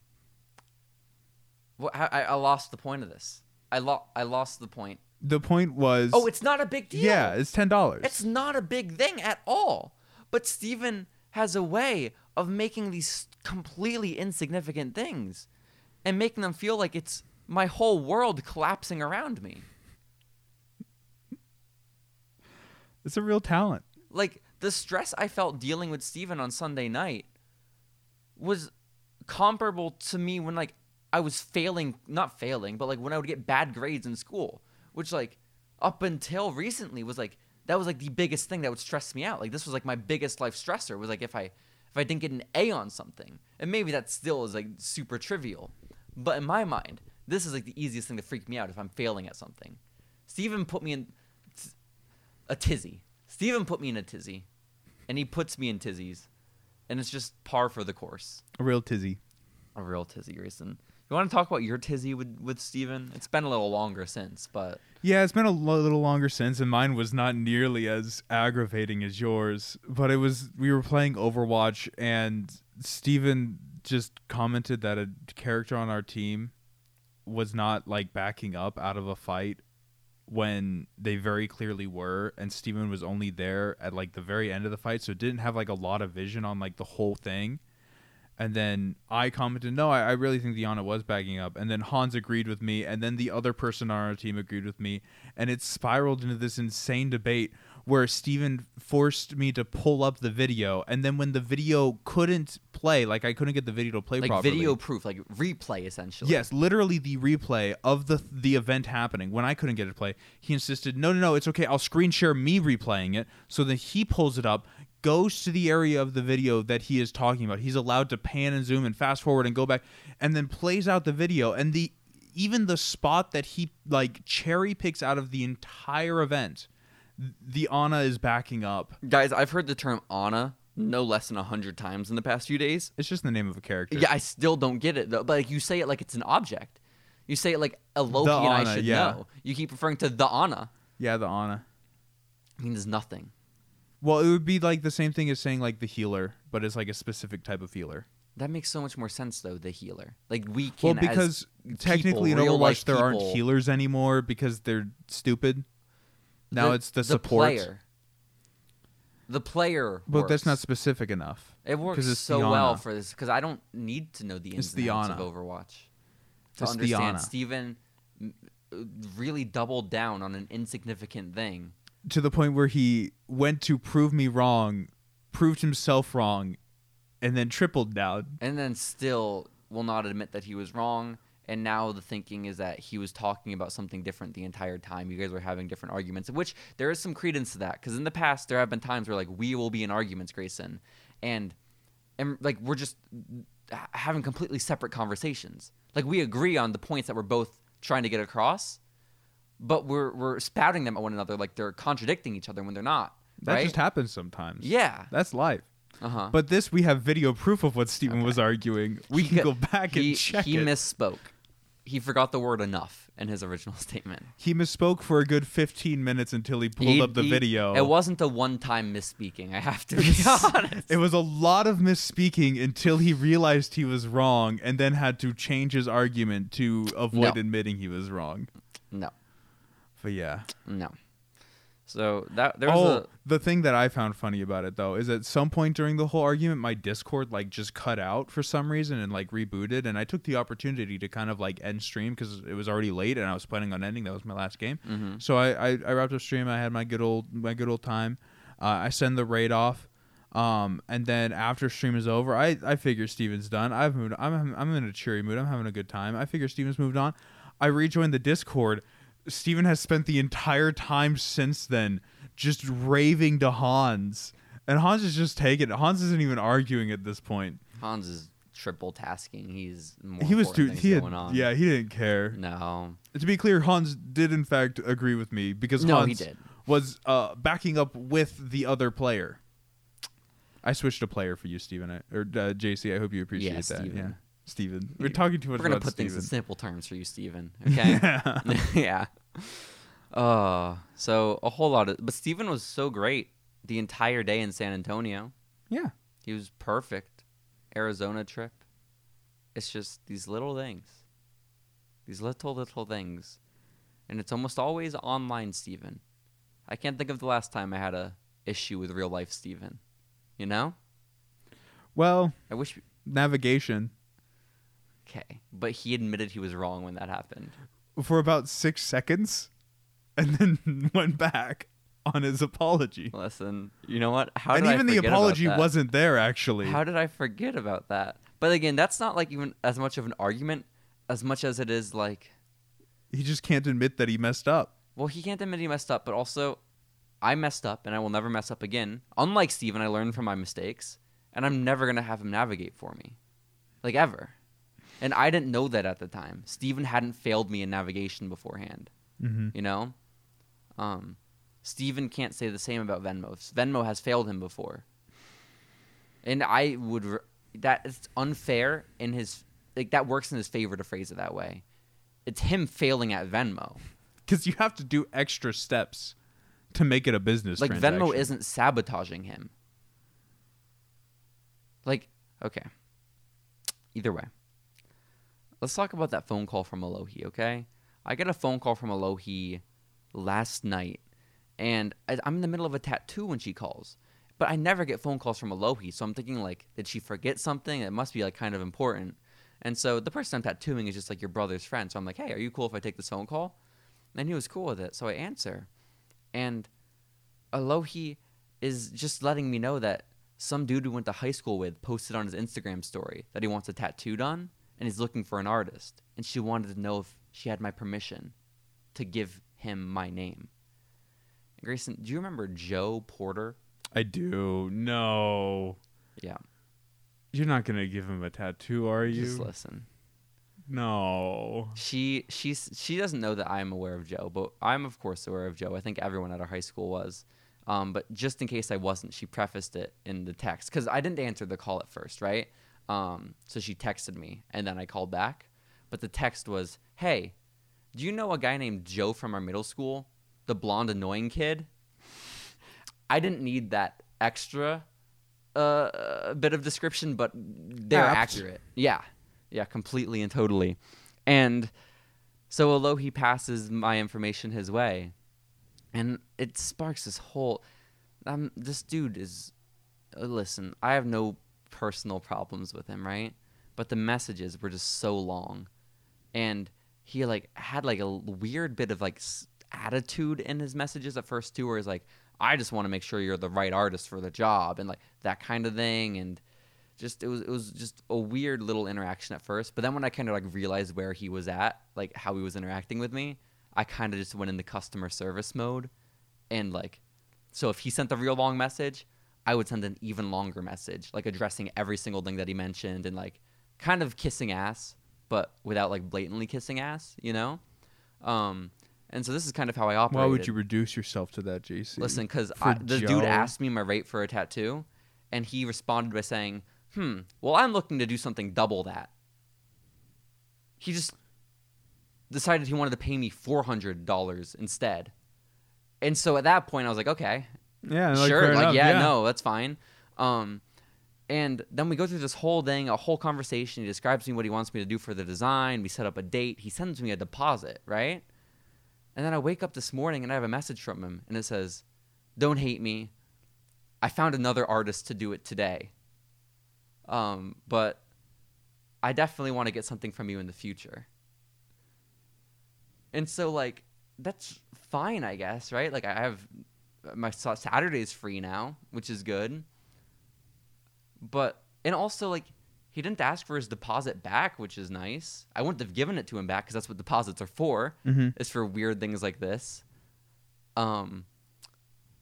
[SPEAKER 1] Well, I, I- I lost the point of this. I lo- I lost the point.
[SPEAKER 2] the point was
[SPEAKER 1] Oh, it's not a big deal.
[SPEAKER 2] yeah it's ten dollars
[SPEAKER 1] It's not a big thing at all. But Steven has a way of making these completely insignificant things and making them feel like it's my whole world collapsing around me.
[SPEAKER 2] it's a real talent
[SPEAKER 1] like the stress I felt dealing with Steven on Sunday night was comparable to me when like I was failing not failing, but like when I would get bad grades in school, which like up until recently was like that was like the biggest thing that would stress me out. Like this was like my biggest life stressor was like if I if I didn't get an A on something. And maybe that still is like super trivial. But in my mind, this is like the easiest thing to freak me out if I'm failing at something. Steven put me in a tizzy. Steven put me in a tizzy, and he puts me in tizzies, and it's just par for the course.
[SPEAKER 2] a real tizzy
[SPEAKER 1] A real tizzy, Grayson. You want to talk about your tizzy with with Steven? It's been a little longer since, but
[SPEAKER 2] Yeah, it's been a lo- little longer since, and mine was not nearly as aggravating as yours. But it was we were playing Overwatch, and Steven just commented that a character on our team was not like backing up out of a fight when they very clearly were, and Steven was only there at like the very end of the fight, so didn't have like a lot of vision on like the whole thing. And then I commented, no, I, I really think Diana was backing up. And then Hans agreed with me. And then the other person on our team agreed with me. And it spiraled into this insane debate where Steven forced me to pull up the video, and then when the video couldn't play, like I couldn't get the video to play
[SPEAKER 1] like
[SPEAKER 2] properly.
[SPEAKER 1] video proof, like replay essentially.
[SPEAKER 2] Yes, literally the replay of the the event happening. When I couldn't get it to play, he insisted, "No, no, no, it's okay. I'll screen share me replaying it." So then he pulls it up, goes to the area of the video that he is talking about. He's allowed to pan and zoom and fast forward and go back and then plays out the video and the even the spot that he like cherry picks out of the entire event, th- the Ana is backing up.
[SPEAKER 1] Guys, I've heard the term Ana no less than a hundred times in the past few days.
[SPEAKER 2] It's just the name of a character.
[SPEAKER 1] Yeah, I still don't get it though. But like you say it like it's an object. You say it like a Loki
[SPEAKER 2] The
[SPEAKER 1] and I
[SPEAKER 2] Ana,
[SPEAKER 1] should
[SPEAKER 2] yeah.
[SPEAKER 1] know. You keep referring to the Ana.
[SPEAKER 2] Yeah, the Ana.
[SPEAKER 1] It means nothing.
[SPEAKER 2] Well, it would be like the same thing as saying like the healer, but it's like a specific type of healer.
[SPEAKER 1] That makes so much more sense though, the healer. Like we
[SPEAKER 2] Well,
[SPEAKER 1] can
[SPEAKER 2] because
[SPEAKER 1] as
[SPEAKER 2] technically
[SPEAKER 1] people,
[SPEAKER 2] in
[SPEAKER 1] real life
[SPEAKER 2] Overwatch there aren't
[SPEAKER 1] people-
[SPEAKER 2] healers anymore because they're stupid. Now it's the, support,
[SPEAKER 1] player. The player
[SPEAKER 2] but that's
[SPEAKER 1] works.
[SPEAKER 2] not specific enough.
[SPEAKER 1] It works
[SPEAKER 2] it's
[SPEAKER 1] so
[SPEAKER 2] the
[SPEAKER 1] well
[SPEAKER 2] Ana.
[SPEAKER 1] for this because I don't need to know the ins
[SPEAKER 2] It's
[SPEAKER 1] and
[SPEAKER 2] the
[SPEAKER 1] outs
[SPEAKER 2] Ana.
[SPEAKER 1] of Overwatch to
[SPEAKER 2] It's the Ana.
[SPEAKER 1] understand. Steven mm, uh, really doubled down on an insignificant thing.
[SPEAKER 2] To the point where he went to prove me wrong, proved himself wrong, and then tripled down.
[SPEAKER 1] and then still will not admit that he was wrong. And now the thinking is that he was talking about something different the entire time. You guys were having different arguments, which there is some credence to that because in the past there have been times where like we will be in arguments, Grayson, and and like we're just ha- having completely separate conversations. Like we agree on the points that we're both trying to get across, but we're we're spouting them at one another like they're contradicting each other when they're not.
[SPEAKER 2] That
[SPEAKER 1] right?
[SPEAKER 2] just happens sometimes.
[SPEAKER 1] yeah.
[SPEAKER 2] That's life.
[SPEAKER 1] Uh huh.
[SPEAKER 2] But this we have video proof of what Steven was arguing. We
[SPEAKER 1] He
[SPEAKER 2] can
[SPEAKER 1] co-
[SPEAKER 2] go back
[SPEAKER 1] he,
[SPEAKER 2] and check
[SPEAKER 1] he
[SPEAKER 2] it.
[SPEAKER 1] misspoke. He forgot the word enough in his original statement.
[SPEAKER 2] he misspoke for a good 15 minutes until he pulled
[SPEAKER 1] He-
[SPEAKER 2] up the
[SPEAKER 1] he-
[SPEAKER 2] video.
[SPEAKER 1] It wasn't a one-time misspeaking. I have to be honest.
[SPEAKER 2] It was a lot of misspeaking until he realized he was wrong and then had to change his argument to avoid
[SPEAKER 1] No.
[SPEAKER 2] admitting he was wrong.
[SPEAKER 1] No,
[SPEAKER 2] But yeah.
[SPEAKER 1] no. So that there's
[SPEAKER 2] oh,
[SPEAKER 1] a
[SPEAKER 2] the thing that I found funny about it though is at some point during the whole argument my Discord like just cut out for some reason and like rebooted and I took the opportunity to kind of like end stream cuz it was already late and I was planning on ending that was my last game.
[SPEAKER 1] Mhm.
[SPEAKER 2] So I, I I wrapped up stream, I had my good old my good old time. Uh, I send the raid off. Um, and then after stream is over, I, I figure Steven's done. I've moved. I'm I'm in a cheery mood. I'm having a good time. I figure Steven's moved on. I rejoined the Discord. Steven has spent the entire time since then just raving to Hans, and Hans is just taking it. Hans isn't even arguing at this point.
[SPEAKER 1] Hans is triple tasking. He's more
[SPEAKER 2] he was too.
[SPEAKER 1] important
[SPEAKER 2] He
[SPEAKER 1] things
[SPEAKER 2] had,
[SPEAKER 1] going on.
[SPEAKER 2] yeah. He didn't care.
[SPEAKER 1] No.
[SPEAKER 2] To be clear, Hans did in fact agree with me because
[SPEAKER 1] No, he
[SPEAKER 2] Hans
[SPEAKER 1] did.
[SPEAKER 2] was uh, backing up with the other player. I switched a player for you, Steven. I, or uh, JC, I hope you appreciate
[SPEAKER 1] Yeah,
[SPEAKER 2] that.
[SPEAKER 1] Steven.
[SPEAKER 2] Yeah, Steven. We're talking too much
[SPEAKER 1] We're gonna
[SPEAKER 2] about
[SPEAKER 1] put
[SPEAKER 2] Steven.
[SPEAKER 1] things in simple terms for you, Steven. Okay.
[SPEAKER 2] Yeah.
[SPEAKER 1] yeah. Uh, so a whole lot of but Steven was so great the entire day in San Antonio.
[SPEAKER 2] yeah.
[SPEAKER 1] He was perfect. Arizona trip. It's just these little things. These little little things. And it's almost always online Steven. I can't think of the last time I had a issue with real life Steven. You know?
[SPEAKER 2] Well,
[SPEAKER 1] I wish
[SPEAKER 2] navigation
[SPEAKER 1] okay, but he admitted he was wrong when that happened.
[SPEAKER 2] for about six seconds, and then went back on his apology.
[SPEAKER 1] Listen, you know what? How
[SPEAKER 2] and
[SPEAKER 1] did I
[SPEAKER 2] even the
[SPEAKER 1] forget about
[SPEAKER 2] apology
[SPEAKER 1] that?
[SPEAKER 2] wasn't there actually.
[SPEAKER 1] How did I forget about that? But again, that's not like even as much of an argument as much as it is like
[SPEAKER 2] he just can't admit that he messed up.
[SPEAKER 1] Well, he can't admit he messed up, but also I messed up and I will never mess up again. Unlike Steven, I learned from my mistakes and I'm never going to have him navigate for me. Like ever. And I didn't know that at the time. Steven hadn't failed me in navigation beforehand,
[SPEAKER 2] Mm-hmm.
[SPEAKER 1] you know? Um Steven can't say the same about Venmo. Venmo has failed him before. And I would re- that is unfair in his like that works in his favor to phrase it that way. It's him failing at Venmo.
[SPEAKER 2] because you have to do extra steps to make it a business.
[SPEAKER 1] like
[SPEAKER 2] transaction.
[SPEAKER 1] Venmo isn't sabotaging him. Like, okay. Either way, let's talk about that phone call from Alohi, okay? I got a phone call from Alohi last night, and I, I'm in the middle of a tattoo when she calls. But I never get phone calls from Alohi, so I'm thinking like, did she forget something? It must be like kind of important. And so the person I'm tattooing is just like your brother's friend. So I'm like, hey, are you cool if I take this phone call? And he was cool with it, so I answer, and Alohi is just letting me know that some dude we went to high school with posted on his Instagram story that he wants a tattoo done and he's looking for an artist. And she wanted to know if she had my permission to give him my name. Grayson, do you remember Joe Porter?
[SPEAKER 2] I do. No.
[SPEAKER 1] Yeah.
[SPEAKER 2] You're not going to give him a tattoo, are you?
[SPEAKER 1] Just listen.
[SPEAKER 2] no.
[SPEAKER 1] She she's she doesn't know that I'm aware of Joe, but I'm of course aware of Joe. I think everyone at our high school was. Um, but just in case I wasn't, she prefaced it in the text because I didn't answer the call at first, right? Um, so she texted me and then I called back. But the text was, "Hey, do you know a guy named Joe from our middle school? The blonde annoying kid?" I didn't need that extra uh, bit of description, but they're
[SPEAKER 2] Apt.
[SPEAKER 1] accurate. Yeah, yeah, completely and totally. And so Alohi passes my information his way, and it sparks this whole. Um, this dude is. uh, Listen, I have no personal problems with him, right? But the messages were just so long, and he like had like a l- weird bit of like s- attitude in his messages at first too, where he's like, "I just want to make sure you're the right artist for the job," and like that kind of thing, and just it was it was just a weird little interaction at first but then when i kind of like realized where he was at like how he was interacting with me i kind of just went into customer service mode and like so if he sent the real long message i would send an even longer message like addressing every single thing that he mentioned and like kind of kissing ass but without like blatantly kissing ass you know um and so this is kind of how i operated
[SPEAKER 2] Why would you reduce yourself to that, JC?
[SPEAKER 1] Listen, because
[SPEAKER 2] For
[SPEAKER 1] the
[SPEAKER 2] Joe.
[SPEAKER 1] dude asked me my rate for a tattoo, and he responded by saying, "Hmm, well, I'm looking to do something double that." He just decided he wanted to pay me four hundred dollars instead, and so at that point, I was like, "Okay,
[SPEAKER 2] Yeah, like,
[SPEAKER 1] sure,
[SPEAKER 2] fair
[SPEAKER 1] like
[SPEAKER 2] enough,
[SPEAKER 1] yeah, no, that's fine. Um, and then we go through this whole thing, a whole conversation. He describes to me what he wants me to do for the design. We set up a date. He sends me a deposit, right? And then I wake up this morning and I have a message from him, and it says, "Don't hate me. I found another artist to do it today. Um, but I definitely want to get something from you in the future." And so, like, that's fine, I guess, right? Like, I have my Sa- Saturday's free now, which is good. But and also like he didn't ask for his deposit back, which is nice. I wouldn't have given it to him back because that's what deposits are for.
[SPEAKER 2] Mhm.
[SPEAKER 1] It's for weird things like this. Um,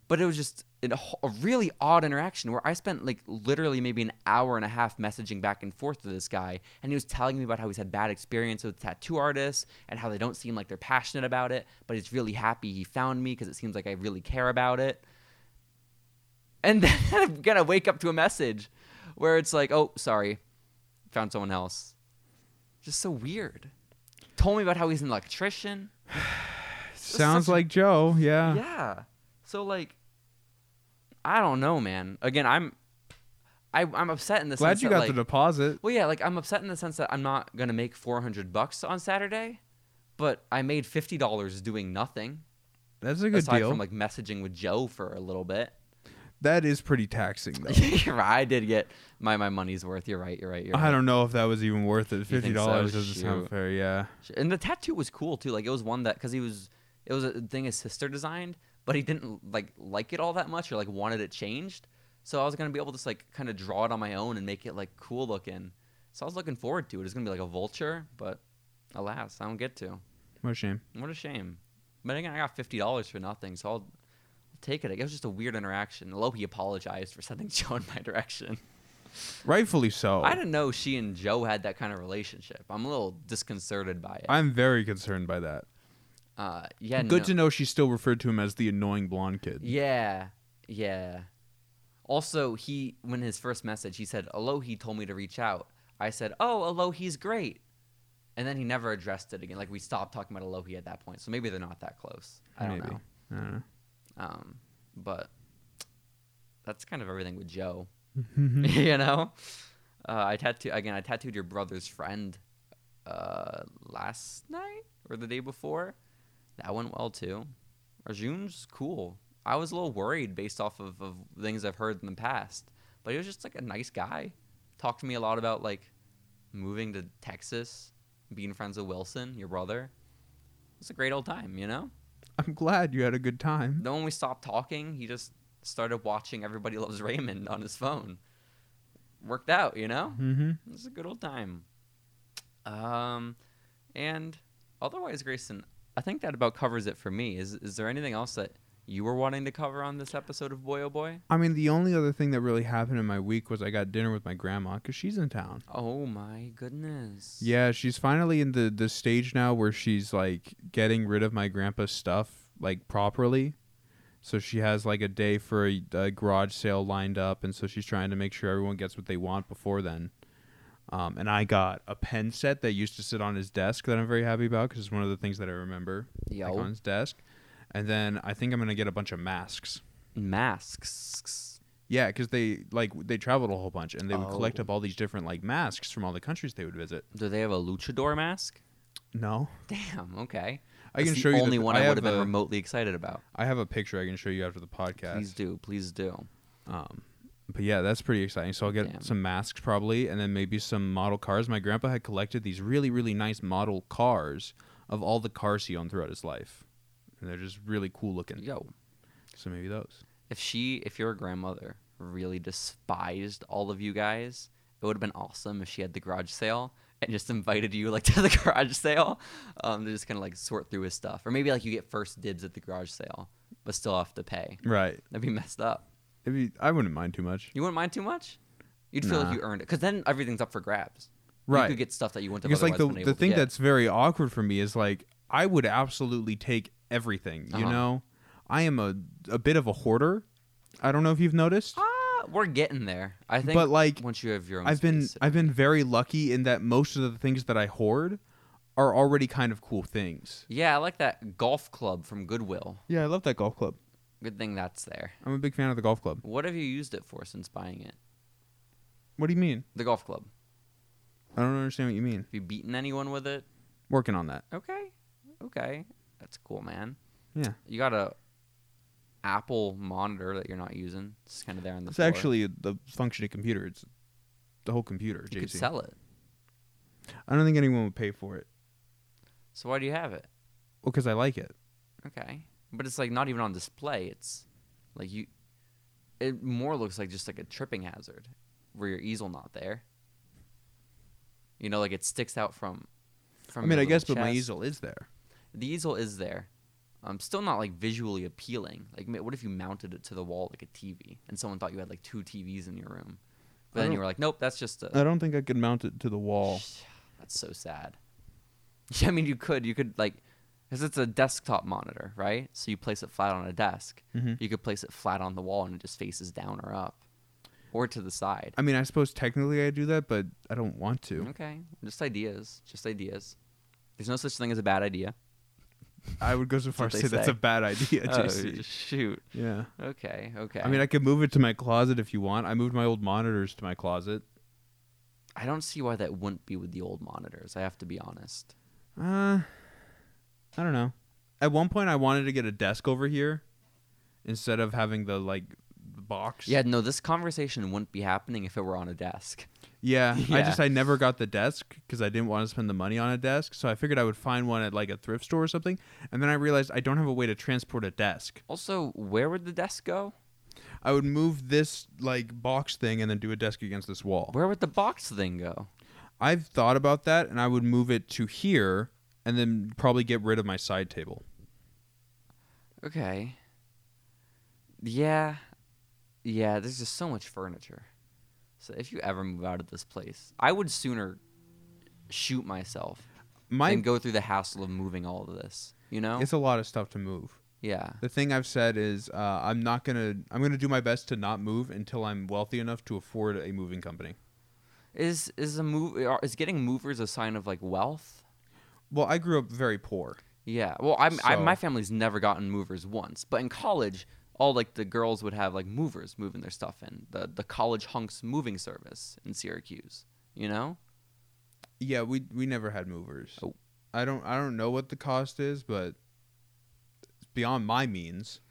[SPEAKER 1] but it was just an, a wh- a really odd interaction where I spent like literally maybe an hour and a half messaging back and forth to this guy, and he was telling me about how he's had bad experience with tattoo artists and how they don't seem like they're passionate about it, but he's really happy he found me because it seems like I really care about it. And then I'm gonna wake up to a message where it's like, "Oh, sorry, found someone else." Just so weird. Told me about how he's an electrician.
[SPEAKER 2] Sounds
[SPEAKER 1] such a-
[SPEAKER 2] like Joe. Yeah.
[SPEAKER 1] Yeah. So like, I don't know, man. Again, I'm, I I'm upset in the
[SPEAKER 2] Glad
[SPEAKER 1] sense
[SPEAKER 2] you
[SPEAKER 1] that
[SPEAKER 2] got
[SPEAKER 1] like,
[SPEAKER 2] the deposit.
[SPEAKER 1] well, yeah, like I'm upset in the sense that I'm not gonna make 400 bucks on Saturday, but I made 50 dollars doing nothing
[SPEAKER 2] That's a good
[SPEAKER 1] aside
[SPEAKER 2] deal.
[SPEAKER 1] from like messaging with Joe for a little bit.
[SPEAKER 2] that is pretty taxing, though.
[SPEAKER 1] You're right, I did get my my money's worth. You're right. You're right. You're right.
[SPEAKER 2] I don't know if that was even worth it.
[SPEAKER 1] think
[SPEAKER 2] Fifty
[SPEAKER 1] so?
[SPEAKER 2] dollars doesn't sound
[SPEAKER 1] Shoot.
[SPEAKER 2] fair. Yeah.
[SPEAKER 1] And the tattoo was cool too. Like it was one that because he was it was a thing his sister designed, but he didn't like like it all that much or like wanted it changed. So I was gonna be able to just like kind of draw it on my own and make it like cool looking. So I was looking forward to it. It's gonna be like a vulture, but alas, I don't get to.
[SPEAKER 2] What a shame.
[SPEAKER 1] What a shame. But again, I got fifty dollars for nothing, so I'll, I'll take it. It was just a weird interaction. Loki apologized for sending Joe in my direction.
[SPEAKER 2] Rightfully so.
[SPEAKER 1] I didn't know she and Joe had that kind of relationship. I'm a little disconcerted by it.
[SPEAKER 2] I'm very concerned by that.
[SPEAKER 1] Uh, yeah,
[SPEAKER 2] Good
[SPEAKER 1] no.
[SPEAKER 2] to know she still referred to him as the annoying blonde kid.
[SPEAKER 1] Yeah, yeah. Also, he when his first message, he said, "Alohi told me to reach out." I said, "Oh, Alohi's great," and then he never addressed it again. Like we stopped talking about Alohi at that point, so maybe they're not that close. I don't
[SPEAKER 2] Maybe.
[SPEAKER 1] know.
[SPEAKER 2] I don't know.
[SPEAKER 1] Um, but that's kind of everything with Joe. you know, uh, I tattoo again. I tattooed your brother's friend uh, last night or the day before. That went well too. Arjun's cool. I was a little worried based off of, of things I've heard in the past, but he was just like a nice guy. Talked to me a lot about like moving to Texas, being friends with Wilson, your brother. It's a great old time, you know.
[SPEAKER 2] I'm glad you had a good time.
[SPEAKER 1] Then when we stopped talking, he just started watching Everybody Loves Raymond on his phone. Worked out, you know?
[SPEAKER 2] Mm-hmm.
[SPEAKER 1] It was a good old time. Um, and otherwise, Grayson, I think that about covers it for me. Is is there anything else that you were wanting to cover on this episode of Boy Oh Boy?
[SPEAKER 2] I mean, the only other thing that really happened in my week was I got dinner with my grandma because she's in town.
[SPEAKER 1] Oh my goodness.
[SPEAKER 2] Yeah, she's finally in the the stage now where she's like getting rid of my grandpa's stuff like properly. So she has like a day for a, a garage sale lined up, and so she's trying to make sure everyone gets what they want before then. Um, and I got a pen set that used to sit on his desk that I'm very happy about because it's one of the things that I remember like,
[SPEAKER 1] Yo.
[SPEAKER 2] on his desk. And then I think I'm gonna get a bunch of masks.
[SPEAKER 1] Masks.
[SPEAKER 2] Yeah, because they like they traveled a whole bunch, and they would collect
[SPEAKER 1] Oh.
[SPEAKER 2] up all these different like masks from all the countries they would visit.
[SPEAKER 1] Do they have a luchador mask?
[SPEAKER 2] No,
[SPEAKER 1] Damn. Okay.
[SPEAKER 2] I
[SPEAKER 1] That's
[SPEAKER 2] can
[SPEAKER 1] the
[SPEAKER 2] show you the-
[SPEAKER 1] only one
[SPEAKER 2] I
[SPEAKER 1] I,
[SPEAKER 2] have
[SPEAKER 1] would have been
[SPEAKER 2] a-
[SPEAKER 1] remotely excited about.
[SPEAKER 2] I have a picture I can show you after the podcast.
[SPEAKER 1] Please do. Please do.
[SPEAKER 2] Um, but yeah, that's pretty exciting. So I'll get
[SPEAKER 1] Damn.
[SPEAKER 2] some masks probably, and then maybe some model cars. My grandpa had collected these really, really nice model cars of all the cars he owned throughout his life, and they're just really cool looking.
[SPEAKER 1] Yo,
[SPEAKER 2] So maybe those.
[SPEAKER 1] if she, if your grandmother really despised all of you guys, it would have been awesome if she had the garage sale and just invited you like to the garage sale um, to just kind of like sort through his stuff, or maybe like you get first dibs at the garage sale, but still have to pay.
[SPEAKER 2] Right.
[SPEAKER 1] That'd be messed up.
[SPEAKER 2] If you, I wouldn't mind too much.
[SPEAKER 1] You wouldn't mind too much. You'd feel
[SPEAKER 2] Nah.
[SPEAKER 1] like you earned it, because then everything's up for grabs.
[SPEAKER 2] Right.
[SPEAKER 1] You could get stuff that you wouldn't have
[SPEAKER 2] because like
[SPEAKER 1] otherwise
[SPEAKER 2] the
[SPEAKER 1] been able
[SPEAKER 2] the
[SPEAKER 1] to
[SPEAKER 2] thing
[SPEAKER 1] get.
[SPEAKER 2] that's very awkward for me is like I would absolutely take everything. You
[SPEAKER 1] Uh-huh.
[SPEAKER 2] know, I am a a bit of a hoarder. I don't know if you've noticed.
[SPEAKER 1] ah, we're getting there. I think.
[SPEAKER 2] But, like,
[SPEAKER 1] once you have your own,
[SPEAKER 2] I've been
[SPEAKER 1] space,
[SPEAKER 2] I've been very lucky in that most of the things that I hoard are already kind of cool things.
[SPEAKER 1] Yeah, I like that golf club from Goodwill.
[SPEAKER 2] Yeah, I love that golf club.
[SPEAKER 1] Good thing that's there.
[SPEAKER 2] I'm a big fan of the golf club.
[SPEAKER 1] What have you used it for since buying it?
[SPEAKER 2] What do you mean?
[SPEAKER 1] The golf club.
[SPEAKER 2] I don't understand what you mean.
[SPEAKER 1] Have you beaten anyone with it?
[SPEAKER 2] Working on that.
[SPEAKER 1] Okay. Okay. That's cool, man.
[SPEAKER 2] Yeah.
[SPEAKER 1] You got a Apple monitor that you're not using. It's kind of there on the
[SPEAKER 2] It's
[SPEAKER 1] floor.
[SPEAKER 2] actually the functioning computer. It's the whole computer,
[SPEAKER 1] you could
[SPEAKER 2] JC.
[SPEAKER 1] sell it.
[SPEAKER 2] I don't think anyone would pay for it.
[SPEAKER 1] So why do you have it?
[SPEAKER 2] Well, because I like it.
[SPEAKER 1] Okay. But it's like not even on display. It's like you it more looks like just like a tripping hazard where your easel not there. You know, like it sticks out from from
[SPEAKER 2] I mean,
[SPEAKER 1] your
[SPEAKER 2] I guess,
[SPEAKER 1] little
[SPEAKER 2] but my
[SPEAKER 1] chest.
[SPEAKER 2] easel is there.
[SPEAKER 1] the easel is there. Um, still not like visually appealing. Like, ma- what if you mounted it to the wall like a TV, and someone thought you had like two TVs in your room, but
[SPEAKER 2] I
[SPEAKER 1] then you
[SPEAKER 2] don't-
[SPEAKER 1] were like, nope, that's just a.
[SPEAKER 2] I don't think I could mount it to the wall.
[SPEAKER 1] That's so sad. I mean, you could, you could like, because it's a desktop monitor, right? So you place it flat on a desk.
[SPEAKER 2] Mhm.
[SPEAKER 1] You could place it flat on the wall, and it just faces down or up, or to the side.
[SPEAKER 2] I mean, I suppose technically I do that, but I don't want to.
[SPEAKER 1] Okay, just ideas, just ideas. There's no such thing as a bad idea.
[SPEAKER 2] I would go so far as to
[SPEAKER 1] what
[SPEAKER 2] say
[SPEAKER 1] they
[SPEAKER 2] that's
[SPEAKER 1] say.
[SPEAKER 2] a bad idea, JC.
[SPEAKER 1] Oh, shoot.
[SPEAKER 2] yeah.
[SPEAKER 1] Okay. Okay.
[SPEAKER 2] I mean, I could move it to my closet if you want. I moved my old monitors to my closet.
[SPEAKER 1] I don't see why that wouldn't be with the old monitors. I have to be honest.
[SPEAKER 2] Uh, I don't know. At one point, I wanted to get a desk over here instead of having the like box.
[SPEAKER 1] Yeah, no, this conversation wouldn't be happening if it were on a desk.
[SPEAKER 2] yeah. I
[SPEAKER 1] Yeah.
[SPEAKER 2] just I never got the desk because I didn't want to spend the money on a desk. So I figured I would find one at like a thrift store or something. And then I realized I don't have a way to transport a desk.
[SPEAKER 1] Also, where would the desk go?
[SPEAKER 2] I would move this like box thing and then do a desk against this wall.
[SPEAKER 1] Where would the box thing go?
[SPEAKER 2] I've thought about that, and I would move it to here, and then probably get rid of my side table.
[SPEAKER 1] Okay. Yeah. Yeah, there's just so much furniture. So if you ever move out of this place, I would sooner shoot myself
[SPEAKER 2] My
[SPEAKER 1] than go through the hassle of moving all of this. You know?
[SPEAKER 2] it's a lot of stuff to move.
[SPEAKER 1] yeah.
[SPEAKER 2] The thing I've said is uh, I'm not gonna I'm gonna do my best to not move until I'm wealthy enough to afford a moving company.
[SPEAKER 1] Is is a move are- is getting movers a sign of like wealth?
[SPEAKER 2] Well, I grew up very poor.
[SPEAKER 1] Yeah. Well, I'm, I,
[SPEAKER 2] So-
[SPEAKER 1] my family's never gotten movers once, but in college, all like the girls would have like movers moving their stuff in the the college hunks moving service in Syracuse. You know?
[SPEAKER 2] Yeah, we we never had movers.
[SPEAKER 1] Oh.
[SPEAKER 2] I don't I don't know what the cost is, but it's beyond my means.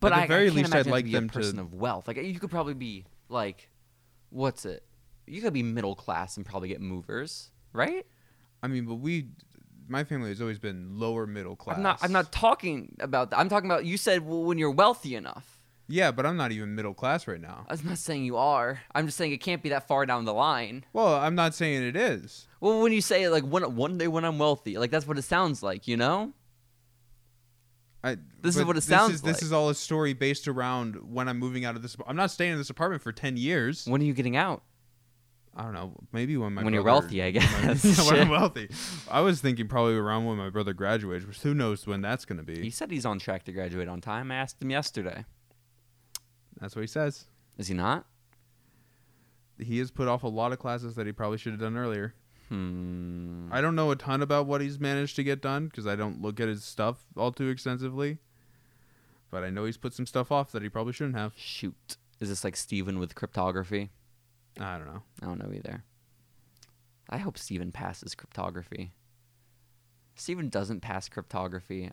[SPEAKER 1] But
[SPEAKER 2] At the
[SPEAKER 1] I,
[SPEAKER 2] very
[SPEAKER 1] I can't
[SPEAKER 2] least, I'd
[SPEAKER 1] imagine to
[SPEAKER 2] like
[SPEAKER 1] be
[SPEAKER 2] them
[SPEAKER 1] a
[SPEAKER 2] to-
[SPEAKER 1] person of wealth. Like you could probably be like, what's it? You could be middle class and probably get movers, right?
[SPEAKER 2] I mean, but we my family has always been lower middle class.
[SPEAKER 1] I'm not. I'm not talking about that. I'm talking about you said well, when you're wealthy enough.
[SPEAKER 2] Yeah, but I'm not even middle class right now.
[SPEAKER 1] I'm not saying you are. I'm just saying it can't be that far down the line.
[SPEAKER 2] Well, I'm not saying it is.
[SPEAKER 1] Well, when you say like one one day when I'm wealthy, like that's what it sounds like, you know?
[SPEAKER 2] I,
[SPEAKER 1] This is
[SPEAKER 2] but
[SPEAKER 1] what it
[SPEAKER 2] this
[SPEAKER 1] sounds
[SPEAKER 2] is, This
[SPEAKER 1] like.
[SPEAKER 2] is all a story based around when I'm moving out of this. I'm not staying in this apartment for ten years.
[SPEAKER 1] When are you getting out?
[SPEAKER 2] I don't know. Maybe when my
[SPEAKER 1] when you're
[SPEAKER 2] brother-
[SPEAKER 1] wealthy, I
[SPEAKER 2] when
[SPEAKER 1] guess.
[SPEAKER 2] I'm
[SPEAKER 1] Shit.
[SPEAKER 2] wealthy, I was thinking probably around when my brother graduates, which who knows when that's going to
[SPEAKER 1] He
[SPEAKER 2] be.
[SPEAKER 1] said he's on track to graduate on time. I asked him yesterday.
[SPEAKER 2] That's what he says.
[SPEAKER 1] Is he not?
[SPEAKER 2] He has put off a lot of classes that he probably should have done earlier.
[SPEAKER 1] Hmm.
[SPEAKER 2] I don't know a ton about what he's managed to get done because I don't look at his stuff all too extensively. But I know he's put some stuff off that he probably shouldn't have.
[SPEAKER 1] Shoot. Is this like Steven with cryptography?
[SPEAKER 2] I don't know.
[SPEAKER 1] I don't know either. I hope Steven passes cryptography. If Steven doesn't pass cryptography.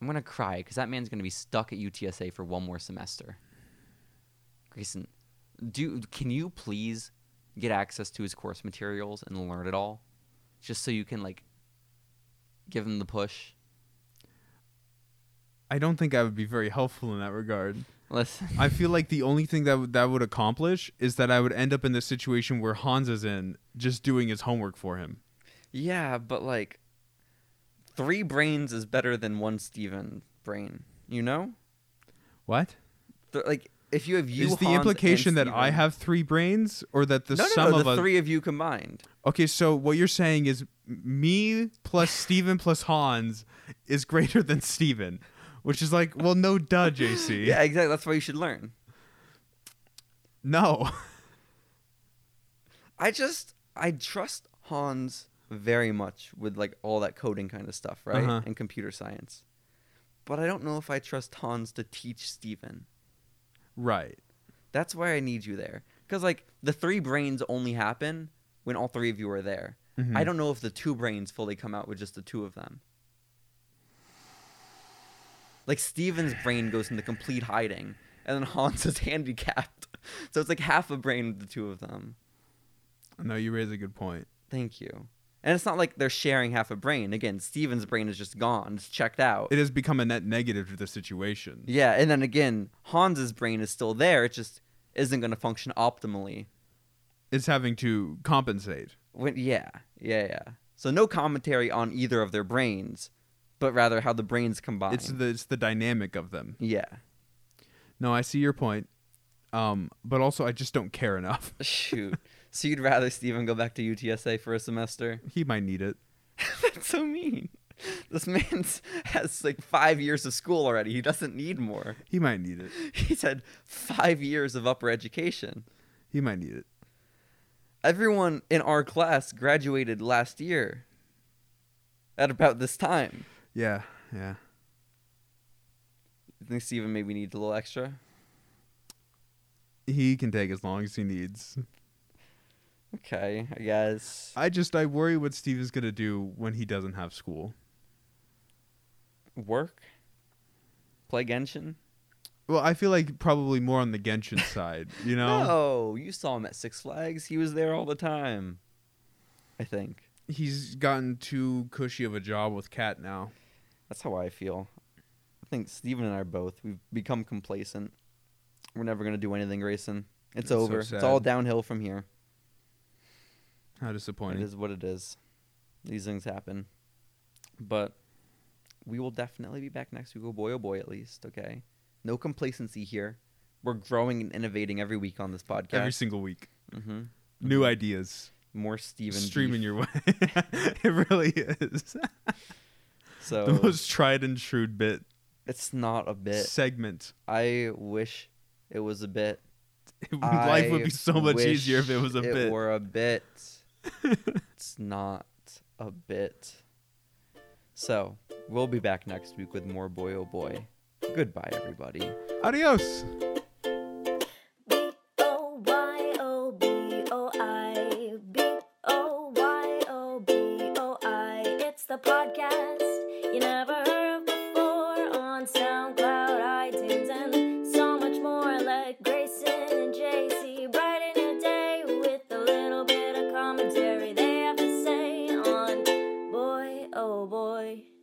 [SPEAKER 1] I'm going to cry because that man's going to be stuck at UTSA for one more semester. Grayson, do, can you please get access to his course materials and learn it all? Just so you can, like, give him the push.
[SPEAKER 2] I don't think I would be very helpful in that regard.
[SPEAKER 1] Listen.
[SPEAKER 2] I feel like the only thing that would, that would accomplish is that I would end up in the situation where Hans is in, just doing his homework for him.
[SPEAKER 1] Yeah, but like three brains is better than one Steven brain, you know?
[SPEAKER 2] What
[SPEAKER 1] Th- like if you have
[SPEAKER 2] is
[SPEAKER 1] you
[SPEAKER 2] the
[SPEAKER 1] Hans, and
[SPEAKER 2] implication that I
[SPEAKER 1] Steven-
[SPEAKER 2] have three brains, or that the
[SPEAKER 1] E no, no,
[SPEAKER 2] sum
[SPEAKER 1] no,
[SPEAKER 2] of
[SPEAKER 1] the
[SPEAKER 2] us?
[SPEAKER 1] three of you combined.
[SPEAKER 2] Okay, so what you're saying is me plus Steven plus Hans is greater than Steven, which is like, well, no duh, JC.
[SPEAKER 1] Yeah, exactly. That's why you should learn.
[SPEAKER 2] No.
[SPEAKER 1] I just I trust Hans very much with like all that coding kind of stuff, right?
[SPEAKER 2] Uh-huh.
[SPEAKER 1] And computer science. But I don't know if I trust Hans to teach Steven.
[SPEAKER 2] right.
[SPEAKER 1] That's why I need you there. Because, like, the three brains only happen when all three of you are there.
[SPEAKER 2] Mhm.
[SPEAKER 1] I don't know if the two brains fully come out with just the two of them. Like, Steven's brain goes into complete hiding, and then Hans is handicapped. So it's like half a brain with the two of them.
[SPEAKER 2] No, you raise a good point.
[SPEAKER 1] Thank you. And it's not like they're sharing half a brain. Again, Steven's brain is just gone, it's checked out.
[SPEAKER 2] It has become a net negative to the situation.
[SPEAKER 1] Yeah, and then again, Hans's brain is still there. It just isn't going to function optimally
[SPEAKER 2] It's having to compensate.
[SPEAKER 1] When, yeah, yeah, yeah. So no commentary on either of their brains, but rather how the brains combine.
[SPEAKER 2] It's the it's the dynamic of them.
[SPEAKER 1] yeah.
[SPEAKER 2] No, I see your point. Um, but also I just don't care enough.
[SPEAKER 1] Shoot. so you'd rather Steven go back to UTSA for a semester?
[SPEAKER 2] He might need it.
[SPEAKER 1] That's so mean. This man's has like five years of school already. He doesn't need more.
[SPEAKER 2] He might need it.
[SPEAKER 1] He's had five years of upper education.
[SPEAKER 2] He might need it.
[SPEAKER 1] Everyone in our class graduated last year at about this time.
[SPEAKER 2] Yeah, yeah.
[SPEAKER 1] You think Steven maybe needs a little extra?
[SPEAKER 2] He can take as long as he needs.
[SPEAKER 1] Okay, I guess.
[SPEAKER 2] I just I worry what Steve is gonna do when he doesn't have school.
[SPEAKER 1] work, play Genshin.
[SPEAKER 2] Well, I feel like probably more on the Genshin side, you know?
[SPEAKER 1] No, you saw him at Six Flags. He was there all the time. I think
[SPEAKER 2] He's gotten too cushy of a job with Kat now.
[SPEAKER 1] that's how I feel. I think Steven and I are both we've become complacent. We're never gonna do anything, Grayson. It's
[SPEAKER 2] That's so
[SPEAKER 1] over.
[SPEAKER 2] sad.
[SPEAKER 1] it's all downhill from here.
[SPEAKER 2] How
[SPEAKER 1] It
[SPEAKER 2] disappointing.
[SPEAKER 1] is what it is. These things happen, but we will definitely be back next week. Oh boy, oh boy, at least okay. No complacency here. We're growing and innovating every week on this podcast.
[SPEAKER 2] Every single week.
[SPEAKER 1] hmm
[SPEAKER 2] New ideas.
[SPEAKER 1] More Steven beef.
[SPEAKER 2] streaming your way. it really is.
[SPEAKER 1] So
[SPEAKER 2] The most tried and true bit,
[SPEAKER 1] It's not a bit.
[SPEAKER 2] segment.
[SPEAKER 1] I wish it was a bit.
[SPEAKER 2] Life would
[SPEAKER 1] I
[SPEAKER 2] be so much
[SPEAKER 1] wish
[SPEAKER 2] easier if it was a bit.
[SPEAKER 1] It were a bit. it's not a bit. So we'll be back next week with more boy oh boy. Goodbye, everybody.
[SPEAKER 2] Adios.
[SPEAKER 3] B-O-Y-O-B-O-I. B-O-Y-O-B-O-I. It's the podcast you never heard of before on SoundCloud, iTunes, and so much more. Like Grayson and JC, brighten your day with a little bit of commentary they have to say on Boy Oh Boy. boy.